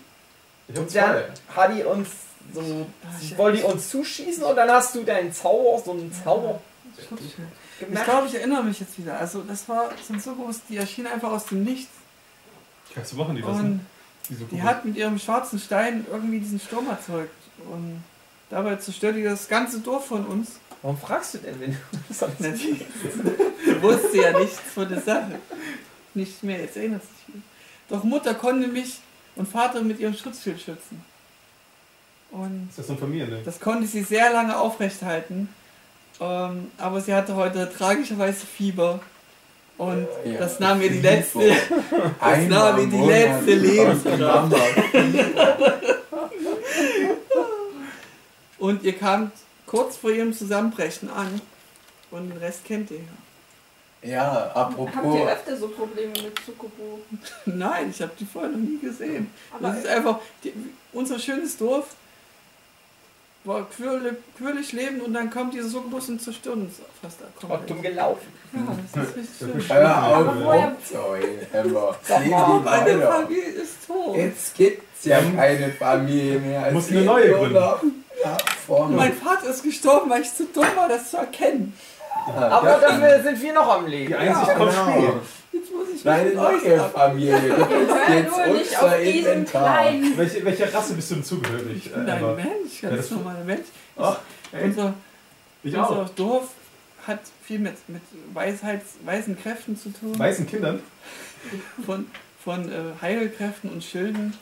Und
hab
dann
zwei.
hat die uns so, sie wollte die uns zuschießen und dann hast du deinen Zauber, so einen Zauber
Schutzschild. Ich
gemacht.
glaube, ich erinnere mich jetzt wieder. Also das war sind so groß, die erschien einfach aus dem Nichts
Kannst du machen, die das? ne?
und
Die, Succubus.
die hat mit ihrem schwarzen Stein irgendwie diesen Sturm erzeugt und dabei zerstört die das ganze Dorf von uns.
Warum fragst du denn, wenn du sonst
Natürlich. Sie wusste ja nichts von der Sache. Nicht mehr, jetzt erinnert sie sich wieder. Doch Mutter konnte mich und Vater mit ihrem Schutzschild schützen. Und
Ist das so ein Familien, ne?
Das konnte sie sehr lange aufrechthalten. Ähm, aber sie hatte heute tragischerweise Fieber. Und
Ja,
das nahm ihr die
Fieber.
letzte, das nahm ihr die letzte Lebenskraft. Und ihr kamt kurz vor ihrem Zusammenbrechen an. Und den Rest kennt ihr ja.
Ja,
Habt ihr
apropos.
öfter so Probleme mit Zuckerbo?
Nein, ich habe die vorher noch nie gesehen.
Aber
Das ist einfach die, unser schönes Dorf. War quirlig, quirlig leben und dann kommt diese Succubus und zerstören uns fast
Und
komplett.
dumm gelaufen.
Ja, das ist richtig schön.
Hör
woher-
auf, Zoe, Emma. Leben
Oh,
die
meine
weiter.
Familie ist tot.
Jetzt gibt's ja keine Familie mehr. als
Muss eine
die
neue
Urlaub. Ja, vorne.
Mein Vater ist gestorben, weil ich zu dumm war, das zu erkennen.
Aber dafür sind wir noch am Leben.
Die Einsicht kommt
Genau.
spät.
Jetzt muss ich
Deine
mit euch
neue
ab.
Familie.
Hör
Jetzt
nur nicht
unser
auf diesen
Inventar.
kleinen.
Welche, welcher Rasse bist du denn zugehörig?
Ich
äh,
bin
Emma?
ein Mensch,
Ja,
ganz
das-
normaler Mensch.
Ach, ey,
Unser,
ich
unser
auch.
Dorf hat viel mit, mit Weisheits, weisen Kräften zu tun.
Weißen Kindern?
Von, von äh, Heilkräften und Schilden.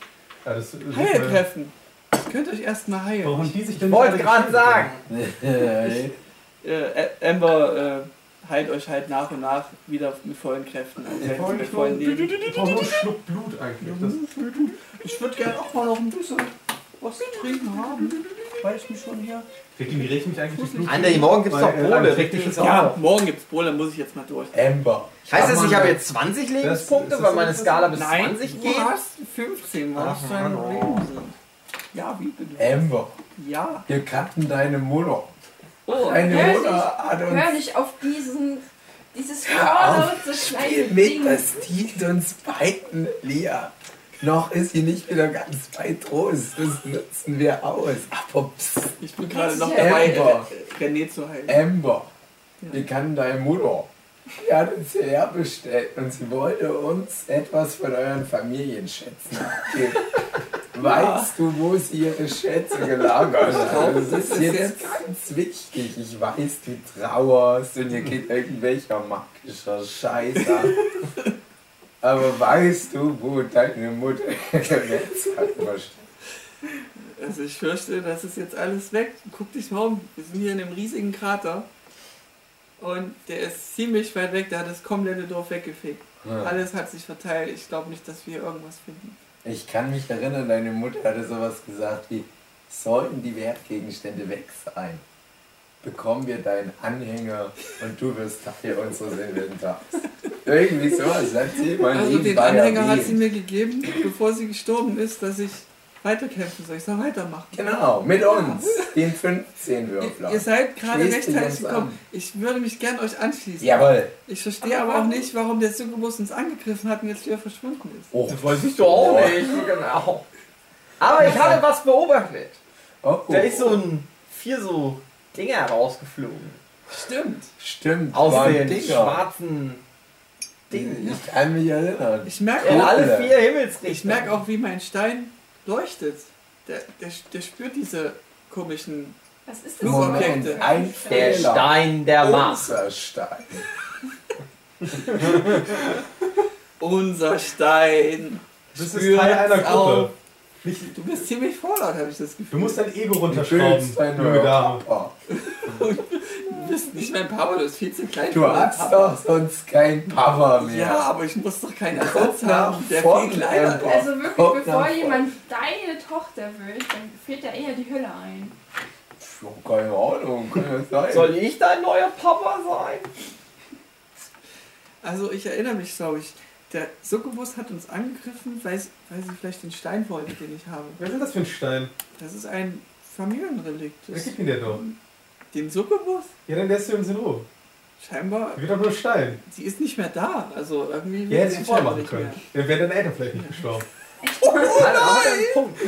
Ja, das sieht man-
Heilkräften! Das könnt euch erstmal heilen.
Warum haben die sich denn
Ich
nicht
wollte
alle
gerade sagen.
geschnitten?
Hey.
Äh, Ä- Amber äh, heilt euch halt nach und nach wieder mit vollen Kräften. Also
Ich
halt
brauche
mit
nicht nur
vollen Leben.
ich brauche nur einen Schluck Blut eigentlich. Das,
Ich würde gerne auch mal noch ein bisschen was zu trinken haben. Weil ich mich schon hier.
regeneriere ich mich eigentlich durch Blut?
André, morgen gibt's
Weil,
doch
äh,
Kohle.
ein
Richtig
technisches
ist
Ja,
auch.
morgen gibt's Bowl, dann muss ich jetzt mal durch.
Ember.
Heißt
Kann
das,
man
ich habe
da-
jetzt 20
Das-
Lebenspunkte,
das
weil
ist
meine
so-
Skala bis
Nein,
20
du
geht?
hast 15, was dein
hallo.
Leben sind. Ja, wie bitte?
Ember.
Ja.
Wir kannten deine Mutter.
Oh,
Deine
hör
Mutter hat
Hör
uns.
nicht auf diesen. Dieses
Hör auf,
vorlose kleine
Spiel mit,
Ding.
das dient uns beiden, Lea. Noch ist sie nicht wieder ganz bei Trost. Das nutzen wir aus. Aber psst,
ich bin gerade noch
Ja.
dabei,
Amber.
äh, René zu heilen.
Amber, wir kannten deine Mutter. Die hat uns hierher bestellt und sie wollte uns etwas von euren Familienschätzen abgeben. Weißt du, wo sie ihre Schätze gelagert hat? Also, Das ist jetzt ganz wichtig. Ich weiß, du trauerst und ihr geht irgendwelcher magischer Scheiß ab. Aber weißt du, wo deine Mutter ihre Wertsachen versteckt?
Also ich fürchte, das ist jetzt alles weg. Guck dich mal um. Wir sind hier in einem riesigen Krater. Und der ist ziemlich weit weg, der hat das komplette Dorf weggefegt.
Ja.
Alles hat sich verteilt. Ich glaube nicht, dass wir irgendwas finden.
Ich kann mich erinnern, deine Mutter hatte sowas gesagt wie, sollten die Wertgegenstände weg sein, bekommen wir deinen Anhänger und du wirst Teil unseres Inventars. Irgendwie sowas hat sie mal
Also den
nebenbei
Anhänger hat
erwähnt.
sie mir gegeben, bevor sie gestorben ist, dass ich weiterkämpfen soll. Ich soll weitermachen.
Genau, mit uns, den 15-Würfler.
Ihr, ihr seid gerade
Schließt ihn
rechtzeitig
uns
gekommen.
an.
Ich würde mich gern euch anschließen.
Jawohl.
Ich verstehe aber auch nicht, warum der Succubus uns angegriffen hat und jetzt wieder verschwunden ist.
Oh.
Das weiß ich doch auch nicht, genau. Aber ich habe was beobachtet.
Oh, oh.
Da ist so ein vier so Dinger rausgeflogen.
Stimmt.
Stimmt,
Aus
waren
den
Dinger.
schwarzen Dingen.
Ich kann mich erinnern.
Ich merke
In
Ja.
auch,
alle vier
ich
Himmelsrichtungen.
merke auch, wie mein Stein leuchtet. Der, der, der spürt diese komischen.
Was ist das?
Flugobjekte.
Moment, ein
Der
Fehler.
Stein der Macht.
Unser Stein.
Unser Stein.
Das ist
Spürt's
Teil einer
auf.
Gruppe. Nicht,
Du bist ziemlich vorlaut, habe ich das Gefühl.
du musst dein Ego
Du fühlst
runterschrauben,
dein
junge Dame.
Papa.
Du bist nicht mein Papa, du bist viel zu klein.
Du
für meinen
hast
Papa.
doch sonst keinen Papa mehr.
Ja, aber ich muss doch keinen Ersatz
Guck nach
haben, der viel
vorne,
kleiner
Amber.
ist.
Also wirklich,
Kommt nach
bevor
vorne.
jemand deine Tochter wird, dann fehlt ja eher die Hülle ein.
Puh, Keine Ahnung, kann das sein?
Soll ich dein neuer Papa sein?
Also ich erinnere mich, glaube ich. Der Succubus hat uns angegriffen, weil, sie- weil sie vielleicht den Stein wollte, den ich habe.
Was ist das für ein Stein?
Das ist ein Familienrelikt.
Wer
Das,
gibt ihn der doch?
den Succubus?
Ja, dann lässt du uns in Ruhe.
Scheinbar,
Da wird doch nur ein Stein.
sie ist nicht mehr da. Also irgendwie
Ja,
will
hätte
sie
ich
vorher
vorher machen können. Dann wären deine Eltern vielleicht nicht gestorben.
Oh Nein, aber der Punkt.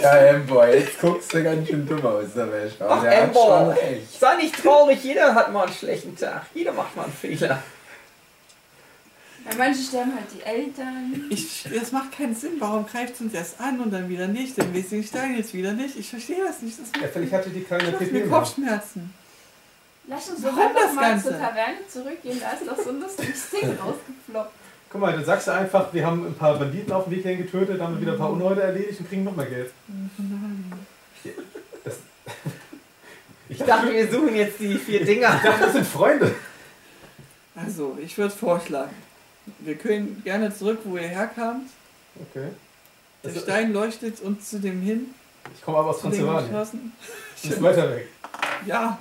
Ja, Amber, jetzt guckst du ganz schön dumm aus, der Wäsche.
Ach,
der hat schon
Amber.
recht.
Sei nicht traurig, jeder hat mal einen schlechten Tag. Jeder macht mal einen Fehler.
Weil manche sterben halt die Eltern.
Ich, das macht keinen Sinn. Warum greift sie uns erst an und dann wieder nicht? Dann willst du den Stein jetzt wieder nicht. Ich verstehe das nicht. Das
Ja,
macht,
vielleicht hatte die keine
das macht mir
Probleme.
Kopfschmerzen.
Lass uns doch
Warum
einfach
das
mal
Ganze?
zur Taverne zurückgehen, da ist doch so ein lustiges Ding rausgeploppt.
Guck mal, dann sagst du einfach, wir haben ein paar Banditen auf dem Weg hierhin getötet, haben wieder ein paar Unleute erledigt und kriegen noch mehr Geld.
Ich dachte, wir suchen jetzt die vier Dinger.
Ich dachte, das sind Freunde.
Also, ich würde vorschlagen, wir können gerne zurück, wo ihr herkamt.
Okay.
Der
Also-
Stein leuchtet uns zu dem hin.
Ich komme aber aus
Zu den
Transsilvanien.
Straßen.
Das ist weiter weg.
Ja,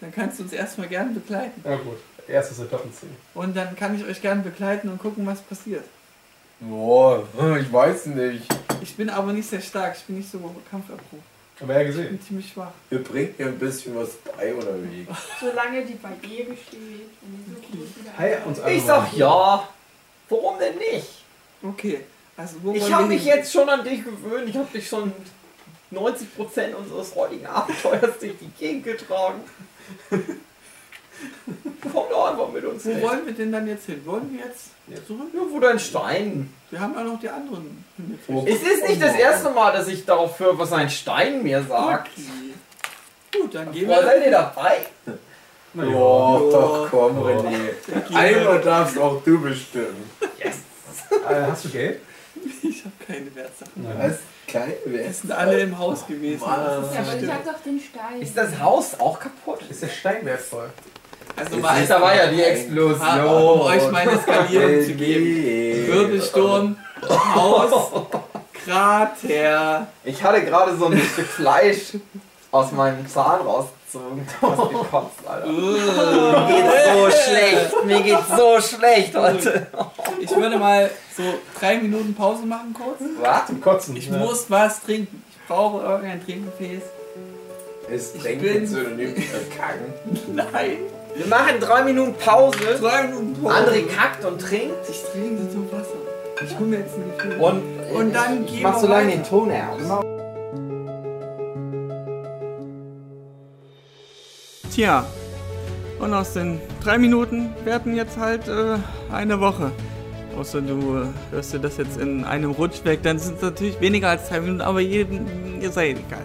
dann kannst du uns erstmal gern begleiten.
Na gut, erstes Etappenziel.
Und dann kann ich euch gern begleiten und gucken, was passiert.
Boah, ich weiß nicht.
Ich bin aber nicht sehr stark, ich bin nicht so kampferprobt.
Aber ja
Ich
gesehen.
bin ziemlich schwach.
Ihr bringt mir ein bisschen was bei oder wie?
Solange die Barriere steht und die so groß wieder-
Heirat uns alle
Ich sag
mal.
Also, ja. Warum denn nicht?
Okay, also wo wollen
Ich
wir
habe mich
hin?
jetzt schon an dich gewöhnt. Ich habe dich schon 90% unseres heutigen Abenteuers durch die Gegend getragen. Komm doch einfach mit uns
Wo
hin.
wollen wir denn dann jetzt hin? Wollen wir jetzt
Ja.
zurück?
Irgendwo dein Stein.
Wir haben ja noch die anderen hingekriegt.
Wo-
Es ist nicht das
Oh.
erste Mal, dass ich darauf höre, was ein Stein mir sagt.
Okay. Gut, dann gehen
Boah,
wir.
seid ihr dabei?
Na
Ja,
ja.
doch komm,
Ja.
René. Einmal darfst auch du bestimmen.
Äh, hast du Geld?
Ich habe keine Wertsachen.
Was? Kein Wer?
Es sind alle im Haus gewesen.
Mann.
Ja, aber ich
Stimmt.
hab doch den Stein.
Ist das Haus auch kaputt?
Ist der Stein wertvoll?
Also
Es
mal
ist
Da war ja die Explosion.
Aber um euch meine Skalierung zu geben. Wirbelsturm, Haus, Krater.
Ich hatte gerade so ein Stück Fleisch aus meinem Zahn rausgezogen. Du hast gekotzt, Alter.
Ugh.
Mir geht's so schlecht. Mir geht's so schlecht heute.
Ich würde mal so drei Minuten Pause machen kurz.
Was?
Zum Kotzen.
Ich
ja.
muss was trinken. Ich brauche irgendein Trinkgefäß.
Ist
Ich
Trinken
bin-
Synonym für Kacken?
Nein.
Wir machen drei Minuten Pause.
Drei Minuten Pause.
André kackt und trinkt.
Ich trinke zum Wasser. Ich hole mir jetzt ein Gefühl.
Und,
Und dann
ich,
gehen
ich mach
wir
so lange
weiter.
den Ton aus.
Tja, und aus den drei Minuten werden jetzt halt äh, eine Woche. Außer du äh, hörst dir das jetzt in einem Rutsch weg, dann sind es natürlich weniger als drei Minuten, aber jedem, ihr seid egal.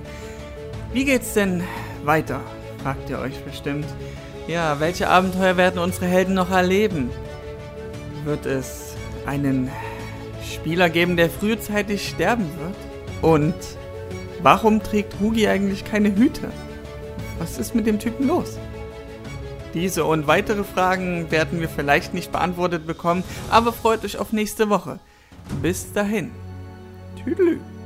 Wie geht's denn weiter? fragt ihr euch bestimmt. Ja, welche Abenteuer werden unsere Helden noch erleben? Wird es einen Spieler geben, der frühzeitig sterben wird? Und warum trägt Hugi eigentlich keine Hüte? Was ist mit dem Typen los? Diese und weitere Fragen werden wir vielleicht nicht beantwortet bekommen, aber freut euch auf nächste Woche. Bis dahin. Tüdelü.